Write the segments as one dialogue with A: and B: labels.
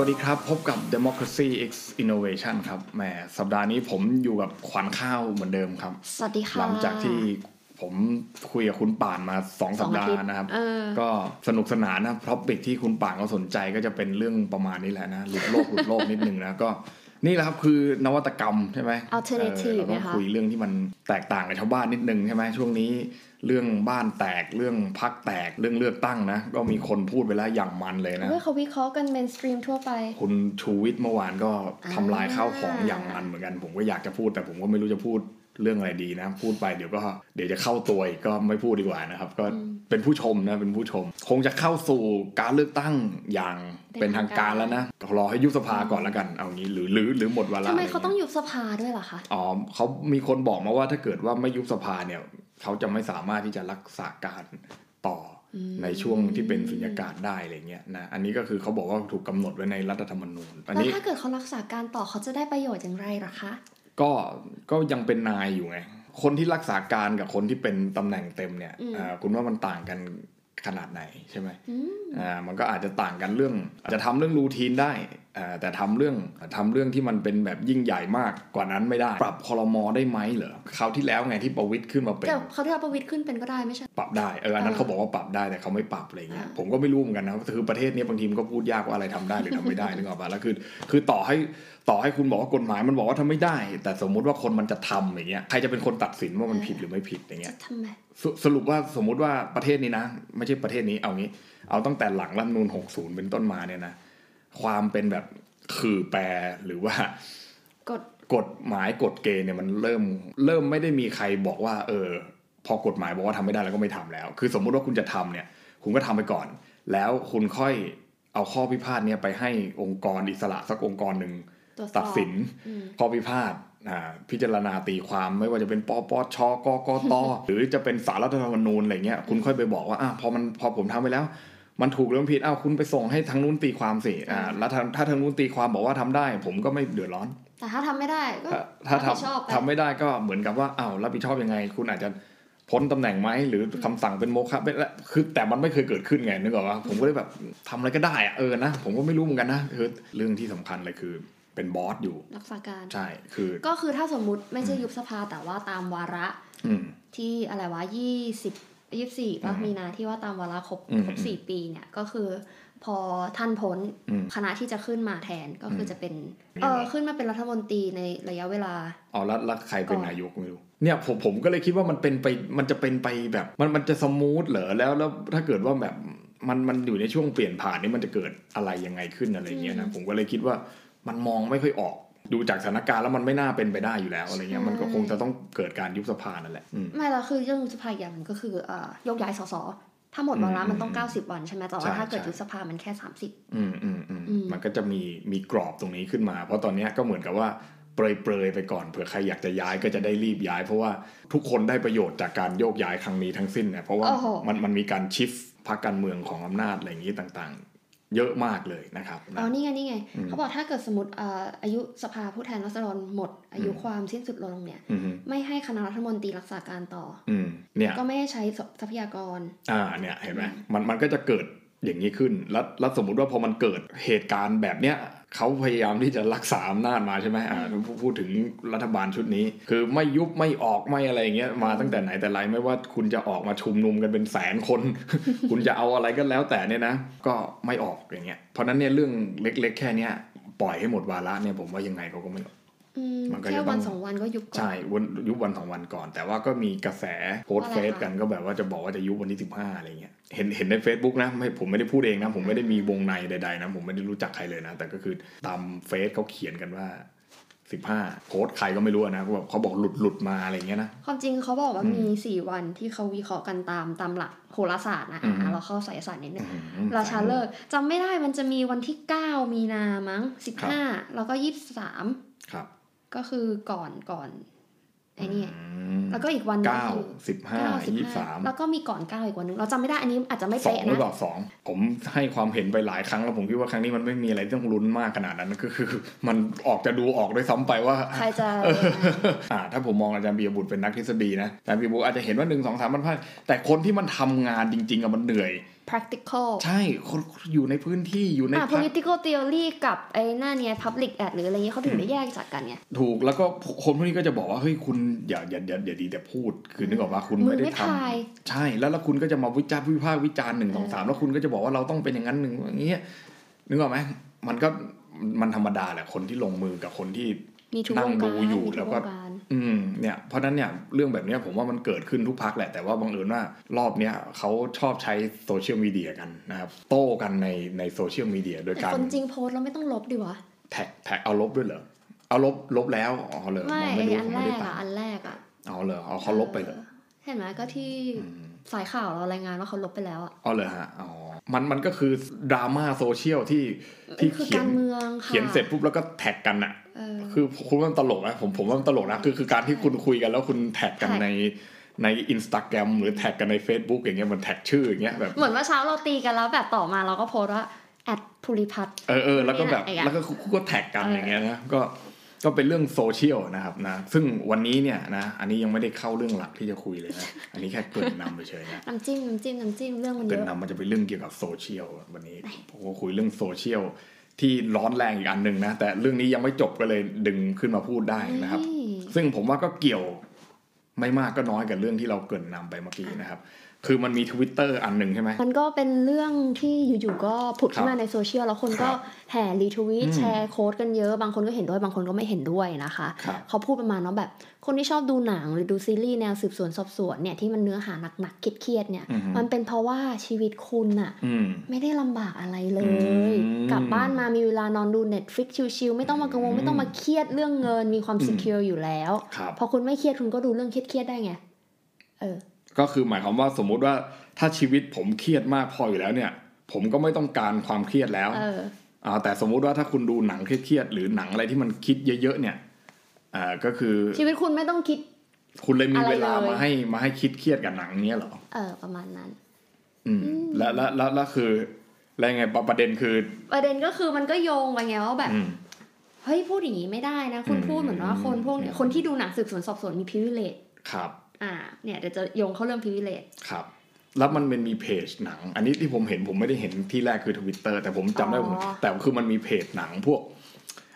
A: วัสดีครับ พบกับ Democracy X Innovation ครับแหมสัปดาห์นี้ผมอยู่กับขวัญข้าวเหมือนเดิมครับ
B: สวัสดีค่ะ
A: หลังจากที่ผมคุยกับคุณป่านมาสอง
B: ส
A: สั
B: อ
A: ป
B: งอา
A: ดา
B: ทิตย์
A: ห์นะครับ
B: เออ
A: ก็สนุกสนานนะท็อปิกที่คุณป่านเขาสนใจก็จะเป็นเรื่องประมาณนี้แหละนะหลุดโลก หลุดโลกนิดนึงนะก็นี่แหละครับคือนวัตกรรมใช่ไหม
B: Alternative
A: เออเราต้อง
B: นะคะ
A: คุยเรื่องที่มันแตกต่างกับชาวบ้านนิดนึงใช่ไหมช่วงนี้ เรื่องบ้านแตกเรื่องพักแตกเรื่องเลือกตั้งนะก็มีคนพูดไปแล้วอย่างมันเลยนะ
B: เมื่อเขาวิเคราะห์กันเมนสตรีมทั่วไป
A: คุณชูวิทย์เมื่อวานก็ทำลาย
B: อ่า
A: ข้าวของอย่างมันเหมือนกัน ผมก็อยากจะพูดแต่ผมก็ไม่รู้จะพูดเรื่องอะไรดีนะ พูดไปเดี๋ยวก็เดี๋ยวจะเข้าตัวอีกก็ไม่พูดดีกว่านะครับ ก็เป็นผู้ชมนะเป็นผู้ชม คงจะเข้าสู่การเลือกตั้งอย่างเป็นทางการแล้วนะรอให้ยุบสภาก่อนแล้วกันเอางี้หรือหรือหรือหมดเวลา
B: ทำไมเขา
A: ะร
B: ต้อง
A: งี้ย
B: ยุบสภาด้วยล่ะคะ
A: อ๋อเขามีคนบอกมาว่าถ้าเกิดว่าไม่ยุบสภาเนี่ยเขาจะไม่สามารถที่จะรักษาการต่ออ
B: ม
A: ในช่วงที่เป็นสุญญากาศได้อะไรเงี้ยนะอันนี้ก็คือเขาบอกว่าถูกกำหนดไว้ในรัฐธรรมนูญอัน
B: แล้ว
A: นี้
B: ถ้าเกิดเขารักษาการต่อเขาจะได้ประโยชน์อย่างไรล่ะคะ
A: ก็ก็ยังเป็นนายอยู่ไง คนที่รักษาการกับคนที่เป็นตำแหน่งเต็มเนี่ย
B: อืม
A: เอ่อคุณว่ามันต่างกันขนาดไหนใช่ไหม
B: อืม
A: อ่ามันก็อาจจะต่างกันเรื่องอาจจะทำเรื่องรูทีนได้อ่าแต่ทำเรื่องทำเรื่องที่มันเป็นแบบยิ่งใหญ่มากกว่านั้นไม่ได้ ปรับคอรมอได้ไหมเหรอคราวที่แล้วไงที่ประวิตยขึ้นมาเป็น
B: แต่เขาได้เอาประวิตยขึ้นเป็นก็ได้ไม่ใช่
A: ปรับได้เอออันนั้น
B: เออ
A: เขาบอกว่าปรับได้แต่เขาไม่ปรับอะไรเงี้ย
B: อ่า
A: ผมก็ไม่รู้เหมือนกันนะคือประเทศเนี้ยบางทีมันก็พูดยากว่าอะไรทำได้หรือทำ ไม่ได้ นึกออกปะแล้วคือคือต่อให้ต่อให้คุณบอกว่ากฎหมายมันบอกว่าทำไม่ได้ แต่สมมุติว่าคนมันจะทำอย่างเงี้ยใครจะเป็นคนตัดสินว่ามันผิดหรือไม่ผิดอย่างเงี้
B: จะ
A: ย
B: ทำไม
A: สสรุปว่าสมมุติว่าประเทศนี้นะ ไม่ใช่ประเทศนี้เอางี้ เอาตั้งแต่หลังรัฐธรรมนูล60 เป็นต้นมาเนี่ยนะความเป็นแบบคือแปรหรือว่า
B: กด
A: กฎหมายกฎเกณฑ์เนี่ยมันเริ่มเริ่มไม่ได้มีใครบอกว่า เออ พอกฎหมายบอกว่าทำไม่ได้แล้วก็ไม่ทำแล้ว คือสมมุติว่าคุณจะทำเนี่ย คุณก็ทำไปก่อน แล้วคุณค่อยเอาข้อพิพาทเนี่ยไปให้องค์กรอิสระสักองค์กรหนึ่ง
B: ตรวจสอบ
A: ตัดสิน
B: อืม
A: ข้อพิพาทอ่าพิจารณาตีความไม่ว่าจะเป็นปปชกก ต หรือจะเป็นสารรัฐธรรมนูญอะไรเงี้ยคุณค่อยไปบอกว่าอ่ะพอมันพอผมทำไปแล้ว มันถูกหรือมันผิดอ้าวคุณไปส่งให้ทางนู้นตีความสิอ่าแล้วถ้าถ้าทางนู้นตีความบอกว่าทำได้ ผมก็ไม่เดือดร้อน
B: แต่ถ้าทำไม่ได้ก็
A: ถ้าถ้า
B: รับผิดชอบไป
A: ทำทำไม่ได้ก็เหมือนกับว่าอ้าวรับผิดชอบยังไง คุณอาจจะพ้นตำแหน่งไหมหรือคำสั่งเป็นโมฆะเป็นละคือแต่มันไม่เคยเกิดขึ้นไงนึกออกว่าผมก็เลยแบบทำอะไรก็ได้อะเออนะ ผมก็ไม่รู้เหมือนกันนะคือเรื่องที่สำคัญเลยคือเป็นบอสอยู่
B: รักษาการ
A: ใช่คือ
B: ก็คือถ้าสมมุติไม่ใช่ยุบสภาแต่ว่าตามวาระ
A: อืม
B: ที่อะไรวะยี่สิบยี่สี่
A: อื
B: ก็
A: ม
B: มีนาที่ว่าตามวาระครบ
A: อืม
B: ครบสี่ปีเนี่ยก็คือ พอท่านพ้น
A: อืม
B: คณะที่จะขึ้นมาแทนก็คืออ
A: ม
B: จะเป็นเออขึ้นมาเป็นรัฐมนตรีในระยะเวลา
A: เอาแล้วแล้วใครเป็น
B: ก่อน
A: นายกไม่รู้เนี่ยผมผมก็เลยคิดว่ามันเป็นไปมันจะเป็นไปแบบมันมันจะสมูทเหรอแล้วแล้วถ้าเกิดว่าแบบมันมันอยู่ในช่วงเปลี่ยนผ่านนี่มันจะเกิดอะไรยังไงขึ้นอะไรเงี้ยนะผมก็เลยคิดว่ามันมองไม่ค่อยออก ดูจากสถานการณ์แล้วมันไม่น่าเป็นไปได้อยู่แล้วอะไรเงี้ยมันก็คงจะต้องเกิดการยุบสภานั่นแหละอืม
B: ไม่ละคือเรื่องยุบสภาอีกอย่างหนึ่งก็คือเอ่อยกย้ายสสถ้าหมดวาระ
A: อืม
B: มันต้อง
A: อืม
B: 90 วันใช่ไหมแต่ว่า
A: ใช่
B: ถ้าเกิด
A: ใช่
B: ยุบสภามันแค่ 30
A: อืมอืมอืม
B: อืม
A: มันก็จะมีมีกรอบตรงนี้ขึ้นมา เพราะตอนเนี้ยก็เหมือนกับว่าเปรยๆไปก่อนเผื่อใครอยากจะย้ายก็จะได้รีบย้าย เพราะว่าทุกคนได้ประโยชน์จากการโยกย้ายครั้งนี้ทั้งสิ้นเนี่ยเพราะว่า
B: โอ้โห
A: มันมันมีการชิฟพรรคการเมืองของอำนาจอะไรอย่างนี้ต่างๆ เยอะมากเลยนะครับนะ
B: เอานี่ไงนี่ไง
A: อืม
B: เขาบอกถ้าเกิดสมมติเอ่ออายุสภาผู้แทนราษฎรหมด อายุความสิ้นสุดลงเนี่ย
A: อืม
B: ไม่ให้คณะรัฐมนตรีรักษาการต่อ
A: อืมเนี่ย
B: ก็ไม่ให้ใช้ทรัพยากร
A: อ่าเนี่ยเห็นไหมมันมันก็จะเกิดอย่างนี้ขึ้นแล้วแล้วสมมติว่าพอมันเกิดเหตุการณ์แบบเนี้ยเขาพยายามที่จะรักษาอำนาจมาใช่ไหมอ่าพูดพูดถึงรัฐบาลชุดนี้ คือไม่ยุบไม่ออกไม่อะไรอย่างเงี้ยมาตั้งแต่ไหนแต่ไรไม่ว่าคุณจะออกมาชุมนุมกันเป็นแสนคน คุณจะเอาอะไรก็แล้วแต่เนี่ยนะ ก็ไม่ออกอย่างเงี้ยเพราะฉะนั้นเนี่ยเรื่องเล็ก ๆ แค่เนี้ยปล่อยให้หมดวาระเนี่ยผมว่ายังไงเขาก็ไม่
B: อืม
A: มันก็จะ
B: แค่
A: ต้อง
B: วันสองวันก็ยุบก่อ
A: ใช่
B: น
A: วันยุบวันสองวันก่อน แต่ว่าก็มีกระแสโพสต์
B: ว่า
A: เฟ
B: อะไร
A: ซ
B: คะ
A: กันก็แบบว่าจะบอกว่าจะยุบวันที่สิบห้าอะไรเงี้ยเห็นเห็นใน Facebook นะไม่ผมไม่ได้พูดเองนะ ผมไม่ได้มีวงในใดๆนะ ผมไม่ได้รู้จักใครเลยนะ แต่ก็คือตามเฟซเขาเขียนกันว่าสิบห้าโพสต์ใครก็ไม่รู้อะนะเขาบอกเขาบอกหลุดหลุดมาอะไรเงี้ยนะ
B: ความจริงเขาบอกว่า
A: อืม
B: มีสี่วันที่เขาวิเคราะห์กันตามตามหลักโหราศาสตร์นะ
A: อืม
B: อ่ะเราเข้าไสายศาสตร์นิดนึง
A: อืม
B: ราชาเลิกษ์จำไม่ได้มันจะมีวันที่ 9 มีนามั้ง
A: ครับ
B: 15 แล้วก็ 23
A: ครับ
B: ก็คือก่อนก่อนไอ้นี่
A: อืม
B: แล้วก็อีกวันหนึ่ง
A: เก้า
B: คือ
A: สิบห้า
B: เก้าสิบ
A: ยี่สา
B: ห้าม แล้วก็มีก่อนเก้าอีกวันหนึ่งเราจำไม่ได้อันนี้อาจจะไม่
A: สอง
B: เป๊ะ
A: หรือ
B: นะ
A: เปล่าสองผมให้ความเห็นไปหลายครั้งแล้วผมคิดว่าครั้งนี้มันไม่มีอะไรต้องลุ้นมากขนาดนั้นก็คือ มันออกจะดูออกด้วยซ้ำไปว่า
B: ใครจะ
A: เอออ่าถ้าผมมองอาจารย์ปียบุตรเป็นนักทฤษฎีนะอาจารย์ปียบุตรอาจจะเห็นว่าหนึ่งสองสามมันพลาดแต่คนที่มันทำงานจริง ๆอะมันเหนื่อย
B: practical
A: ใช่คนอยู่ในพื้นที่อยู่ใน
B: อ่า
A: พัก
B: political theory กับไอ้หน้าเนี้ย public ad หรืออะไรเงี้ยเขาถึงได้แยกจากกันไง
A: ถูกแล้วก็คนพวกนี้ก็จะบอกว่าเฮ้ยคุณอย่าอย่าอย่าอย่าดีแต่พูด คือนึกออกว่าคุณ
B: มึง
A: ไม่ได้
B: ไม่
A: ทำ
B: ทาย
A: ใช่แล้วแล้วคุณก็จะมาวิจารณ์วิพากษ์วิจารณ์หนึ่งสองสามแล้วคุณก็จะบอกว่าเราต้องเป็นอย่างนั้นหนึ่งอย่างเงี้ยนึกออกไหมมันก็มันธรรมดาแหละคนที่ลงมือกับคนที่
B: มีทุก
A: นั่
B: ว
A: ง
B: ง
A: ดู
B: การ
A: อยู่
B: มี
A: แล้
B: ทุ
A: ว
B: ก
A: ก็
B: วงการ
A: อืมเนี่ยเพราะฉะนั้นเนี่ยเรื่องแบบเนี้ยผมว่ามันเกิดขึ้นทุกพักแหละแต่ว่าบังเอิญว่ารอบเนี้ยเขาชอบใช้โซเชียลมีเดียกันนะครับโต้กันในในโซเชียลมีเดียโดย
B: แต่
A: การ
B: คนจริงโพสต์เราไม่ต้องลบดิวะ
A: แท็กแท็กเอาลบด้วยเหรอเอาลบลบแล้วอ๋อเหรอ
B: ไม่
A: ผ
B: ไอ
A: รู้
B: อั
A: ผ
B: น
A: ม
B: แร
A: ไม่ได้
B: ก
A: ตา
B: อะ
A: ม
B: อันแรกอะ
A: เอาเหรอเอาเขาลบไปเหรอ
B: เห็นไหมก็ที่
A: ม
B: สายข่าวเรารายงานว่าเขาลบไปแล้วอะ
A: เอาเหรอฮะอ๋อมันมันก็คือดราม่าโซเชียลที่ที่
B: คือ
A: เขีย
B: กาน รเมืองค่ะ
A: เขียนเสร็จปุ๊บแล้วก็แท็กกันอะ
B: เออ
A: คือคุณว่ามันตลกนะผมผมว่ามันตลกนะคือคือการที่คุณคุยกันแล้วคุณแท็กกัน
B: แท็ก
A: ในในอินสตาแกรมหรือแท็กกันใน Facebook อย่างเงี้ยเหมันแท็กชื่ออย่างเงี้ยแบบ
B: เหมือนว่าเช้าเราตีกันแล้วแบบต่อมาเราก็โพสต์ว่าแอดภูริพัฒน์
A: เออเออแล้วก็แบบ
B: นี่แหละ
A: แล้วก็คู่ก็แท็กกัน
B: เออ
A: อ
B: อ
A: ย่างเงี้ยนะก็ก็เป็นเรื่องโซเชียลนะครับนะซึ่งวันนี้เนี่ยนะอันนี้ยังไม่ได้เข้าเรื่องหลักที่จะคุยเลยนะ อันนี้แค่เกรินนำเฉยๆนะ
B: น้ำจิ้มน้ำจิ้มน้ำจิ้มเรื่องมัน
A: เก
B: เย
A: ริน
B: อะ
A: นำมันจะเป็นเรื่องเกี่ยวกับโซเชียลวันนี้ผมก็คุยเรื่องโซเชียลที่ร้อนแรงอีกอันหนึ่งนะแต่เรื่องนี้ยังไม่จบก็เลยดึงขึ้นมาพูดได้นะครับ
B: นี่
A: ซึ่งผมว่าก็เกี่ยวไม่มากก็น้อยกับเรื่องที่เราเกรินนำไปเมื่อกี้นะครับ คือมันมี Twitter อันหนึ่งใช่ไหม
B: มันก็เป็นเรื่องที่อยู่ๆก็ผุดขึ้นมาในโซเชียลแล้วคนก็
A: ครับ
B: แห่รีทวีต
A: อืม
B: แชร์โค้ดกันเยอะบางคนก็เห็นด้วยบางคนก็ไม่เห็นด้วยนะคะ
A: ครับ
B: เขาพูดประมาณเนาะแบบ คนที่ชอบดูหนังหรือดูซีรีส์แนวสืบสวนสอบสวนเนี่ยที่มันเนื้อหาหนักๆเครียดๆเนี่ย
A: อือฮึ
B: มันเป็นเพราะว่าชีวิตคุณน่ะ
A: อืม
B: ไม่ได้ลำบากอะไรเล
A: อื
B: ย
A: ม
B: กลับบ้านมามีเวลานอนดู Netflix ชิลๆไม่ต้องมากังวล
A: อืม
B: ไม่ต้องมาเครียดเรื่องเงินมีความ
A: อืม
B: secure อยู่แล้ว
A: ครับ
B: พอคุณไม่เครียดคุณก็ดูเรื่องเครียดๆได้ไง เออ
A: ก็คือหมายความว่าสมมุติว่าถ้าชีวิตผมเครียดมากพออยู่แล้วเนี่ย ผมก็ไม่ต้องการความเครียดแล้ว
B: เออ
A: อ่าแต่สมมุติว่าถ้าคุณดูหนังเครียดๆหรือหนังอะไรที่มันคิดเยอะๆเนี่ยอ่าก็คือ
B: ชีวิตคุณไม่ต้องคิด
A: คุณเลยมี
B: อะไร
A: เวลา
B: เลย
A: มาให้มาให้คิดเครียดกับหนังเนี้ยเหรอ
B: เออประมาณนั้น
A: อืม
B: อืม
A: และและและและคือแล้วยังไงประประเด็นคือ
B: ประเด็นก็คือมันก็โยงไปไงว่าแบบ
A: อืม
B: เฮ้ยพูดอย่างนี้ไม่ได้นะ คุณ
A: อืม
B: พูดเหมือนว่าคนพวกเนี่ย
A: อืม
B: คนที่ดูหนังสืบสวนสอบสวนมีพิวิเลต
A: ครับ
B: อ่า เนี่ยเดี๋ยวจะโยงเข้าเรื่องพิวิเลต
A: ครับ แล้วมันเป็นมีเพจหนัง อันนี้ที่ผมเห็นผมไม่ได้เห็นที่แรกคือ Twitter แต่ผมจำได้ว่าผม
B: อ๋อ
A: แต่คือมันมีเพจหนังพวก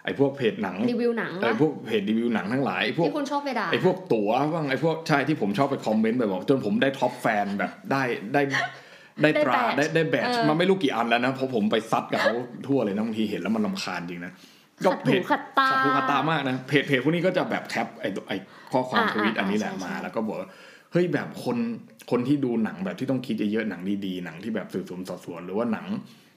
A: ไอ้พวกเพจหนัง
B: รีวิวหนัง
A: ไอ้
B: วะ
A: พวกเพจรีวิวหนังทั้งหลายพวก
B: ที่คุณชอบไปด่า
A: ไอ้พวกตั๋วบ้างไอ้พวกใช่ที่ผมชอบไปคอมเมนต์ไปบอกจนผมได้ท็อปแฟนแบบได้ได้ได้ตราได้ได้แบตมาไม่รู้กี่อันแล้วนะเพราะผมไปซัดกับเขาทั่วเลยนะบางทีเห็นแล้วมันลำคาญจริงนะก็
B: ขัด
A: เพ
B: หู
A: จ
B: ขัดตา
A: ขัดหูขัดตามากนะเพจเพจพวกนี้ก็จะแบบแท็บไอ้ไอ้ข้อความ
B: อ่า
A: ทวิตอันนี้แหละ
B: อ่าใช่
A: มา
B: ใช่
A: แล้วก็บอกว่าเฮ้ยแบบคนคนที่ดูหนังแบบที่ต้องคิดเยอะๆหนังดีๆหนังที่แบบสืบสวนสอบสวนหรือว่าหนัง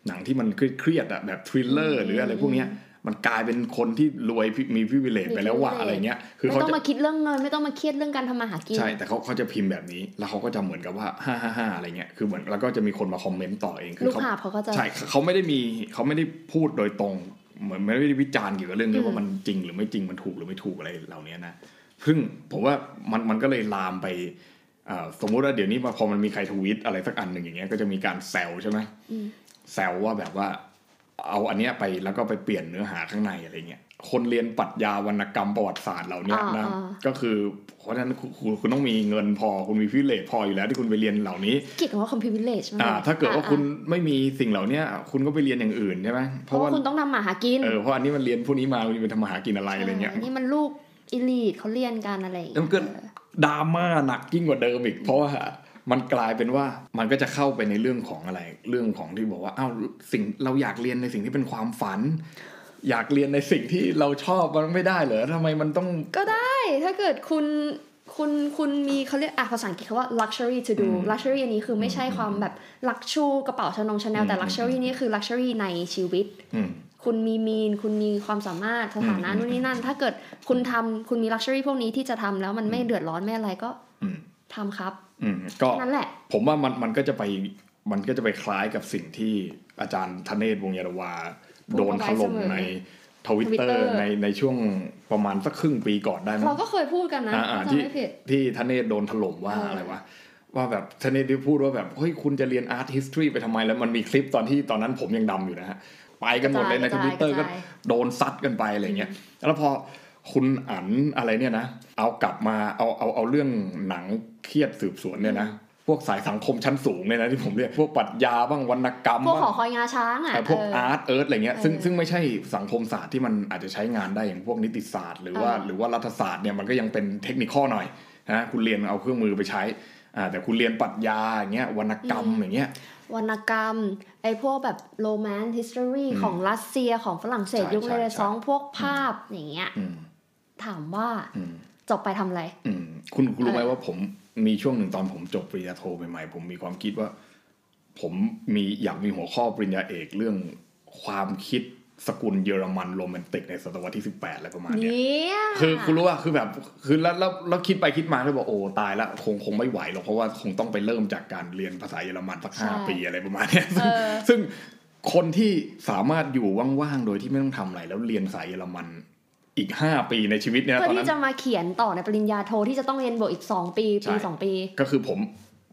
A: หนังที่มันเครียดๆอะแบบทริลเลอร์หรืออะไรพวกเนี้ยมันกลายเป็นคนที่รวยมีพิเวเลตไปแล้วว่าอะไรเงี้ยคือ
B: ไม่
A: เขา
B: ต้อง
A: จะ
B: มาคิดเรื่องเงินไม่ต้องมาเครียดเรื่องการทำมาหากิน
A: ใช่ แต่เขาเขาจะพิมพ์แบบนี้ แล้วเขาก็จะเหมือนกับว่าห้าห้าห้าอะไรเงี้ย คือเหมือนแล้วก็จะมีคนมาคอมเมนต์ต่อเอง คื
B: ลูก
A: เขา
B: หาบเขาก็จะ
A: ใช่เขาไม่ได้มีเขาไม่ได้พูดโดยตรง เหมือนไม่ได้วิจารณ์เกี่ยวกับเรื่องนี้
B: อืม
A: ว่ามันจริงหรือไม่จริงมันถูกหรือไม่ถูกอะไรเหล่านี้นะ ซึ่งผมว่ามันมันก็เลยลามไปเอ่อสมมุติว่าเดี๋ยวนี้มาพอมันมีใครทวีตอะไรสักอันหนึ่งอย่างเงี้ยก็จะมีการแซวใช่ไหม
B: อืม
A: แซวว่าแบบว่าเอาอันเนี้ยไปแล้วก็ไปเปลี่ยนเนื้อหาข้างในอะไรเงี้ยคนเรียนปรัชญาวรรณกรรมประวัติศาสตร์เหล่าเนี้ย
B: อ่า
A: นะ
B: อ่า
A: ก็คือเพราะฉะนั้นคุณคุณคุณต้องมีเงินพอคุณมีพิเลตพออยู่แล้วที่คุณไปเรียนเหล่านี้
B: เกลียดคำว่าคอมพิวเลชมาก
A: อ่า
B: ลย
A: ถ้าเกิดว่า
B: อ่
A: คุณไม่มีสิ่งเหล่าเนี้ยคุณก็ไปเรียนอย่างอื่นใช่ไหม
B: เพราะว่าคุณต้องทำมาหากิน
A: เออเพราะอันนี้มันเรียนพวกนี้มามันจะไปทำมาหากินอะไรอะไรเงี้ย
B: ใช่นี่มันลูกอิลีทเขาเรียนกันอะไรอย่าง
A: แล้วมันก็
B: เออ
A: ดราม่าหนักยิ่งกว่าเดิมอีก เพราะว่ามันกลายเป็นว่ามันก็จะเข้าไปในเรื่องของอะไร เรื่องของที่บอกว่าอ้าวสิ่งเราอยากเรียนในสิ่งที่เป็นความฝัน อยากเรียนในสิ่งที่เราชอบมันไม่ได้เหรอทำไมมันต้อง
B: ก็ได้ถ้าเกิดคุณคุณคุณมีเขาเรียกอ่ะภาษาอังกฤษเขาว่า luxury to do
A: อืม
B: luxury อันนี้คือไม่ใช่ความแบบลักชูกระเป๋าชานงชาแนลแต่
A: อืม
B: luxury นี่คือ luxury ในชีวิต
A: อืม
B: คุณมีมีน คุณมีความสามารถสถานะ
A: อืม
B: นู่นนี่นั่น ถ้าเกิดคุณทำคุณมี luxury พวกนี้ที่จะทำแล้วมันไม่เดือดร้อนไม่อะไรก็
A: อืม
B: ทำครับ
A: อืมก็
B: แค่นั้นแหละ
A: ผมว่ามันมันก็จะไปมันก็จะไปคล้ายกับสิ่งที่อาจารย์ธเนศวงศ์ยรวา โดนถล่ม
B: พูดเอาไว้เสมอ
A: ใน ทวิตเตอ
B: Twitter
A: ร์ในในช่วงประมาณสักครึ่งปีก่อนได้มั้
B: เรา
A: ง
B: ก็เคยพูดกันนะ
A: อ่าอ่า
B: จำไม่ผิด
A: ที่ทเนศโดนถล่มว่า
B: เอออ
A: อะไรวะ ว่าแบบทเนศที่พูดว่าแบบ เฮ้ย คุณจะเรียนอาร์ตฮิสตรีไปทำไมแล้วมันมีคลิปตอนที่ตอนนั้นผมยังดำอยู่นะฮะ ไปกันหมดเลยใน
B: ก
A: ท
B: ระจาย
A: วิตเตอร์
B: ก
A: ก็
B: ระจาย
A: โดนซัดกันไปอะไรเงี้ยแล้วพอคุณอันอะไรเนี่ยนะ เอากลับมาเอาเอาเอาเรื่องหนังเครียดสืบสวนเนี่ยนะ พวกสายสังคมชั้นสูงเนี่ยนะที่ผมเรียกพวกปรัชญาบ้างวรรณกรรม
B: พวก
A: บ้าง
B: หอคอยงาช้างอ่ะ
A: ไอ้พวก
B: เออ
A: อาร์ตเอิร์ธอะไรเงี้ย
B: เออ
A: ซึ่งซึ่งไม่ใช่สังคมศาสตร์ที่มันอาจจะใช้งานได้อย่างพวกนิติศาสตร์ หรือว่า
B: เออ
A: หรือว่ารัฐศาสตร์เนี่ยมันก็ยังเป็นเทคนิคอลหน่อยนะคุณเรียนเอาเครื่องมือไปใช้อ่าแต่คุณเรียนปรัชญาอย่างเงี้ยวรรณกรรมอย่างเงี้ย
B: วรรณกรรม ไอ้พวกแบบโรแมนต์ฮิสตอรี
A: อืม
B: ของรัสเซียของฝรั่งเศส
A: ใช่
B: ยุคเรเนซอง
A: ใช่
B: ส์พวกภาพอย่างเงี้ย
A: อืม
B: ถามว่า
A: อืม
B: จบไปทำอะไร
A: อืมคุณคุณรู้ไหม
B: เออ
A: ว่าผมมีช่วงหนึ่งตอนผมจบปริญญาโทใหม่ๆผมมีความคิดว่า ผมมีอยากมีหัวข้อปริญญาเอกเรื่องความคิดสกุลเยอรมันโรแมนติกในศตวรรษที่18อะไรประมาณเนี้ย
B: เนี่ย
A: คือคุณรู้ว่าคือแบบคือแล้วแล้วแล้วคิดไปคิดมาแล้วบอกโอ้ตายละคงคงไม่ไหวหรอกเพราะว่าคงต้องไปเริ่มจากการเรียนภาษาเยอรมันสักห้าปีอะไรประมาณเนี้ย
B: เอ
A: ซึ่ง
B: อ
A: ซึ่งคนที่สามารถอยู่ว่างๆโดยที่ไม่ต้องทำอะไรแล้วเรียนภาษาเยอรมันอีกห้าปีในชีวิตเนี่ยตอ
B: เพื่อ
A: นนั้
B: ที่
A: น
B: จะมาเขียนต่อในปริญญาโทที่จะต้องเรียนบวกอีก 2 ปี
A: ใช่
B: ปี 2 ปี
A: ก็คือผม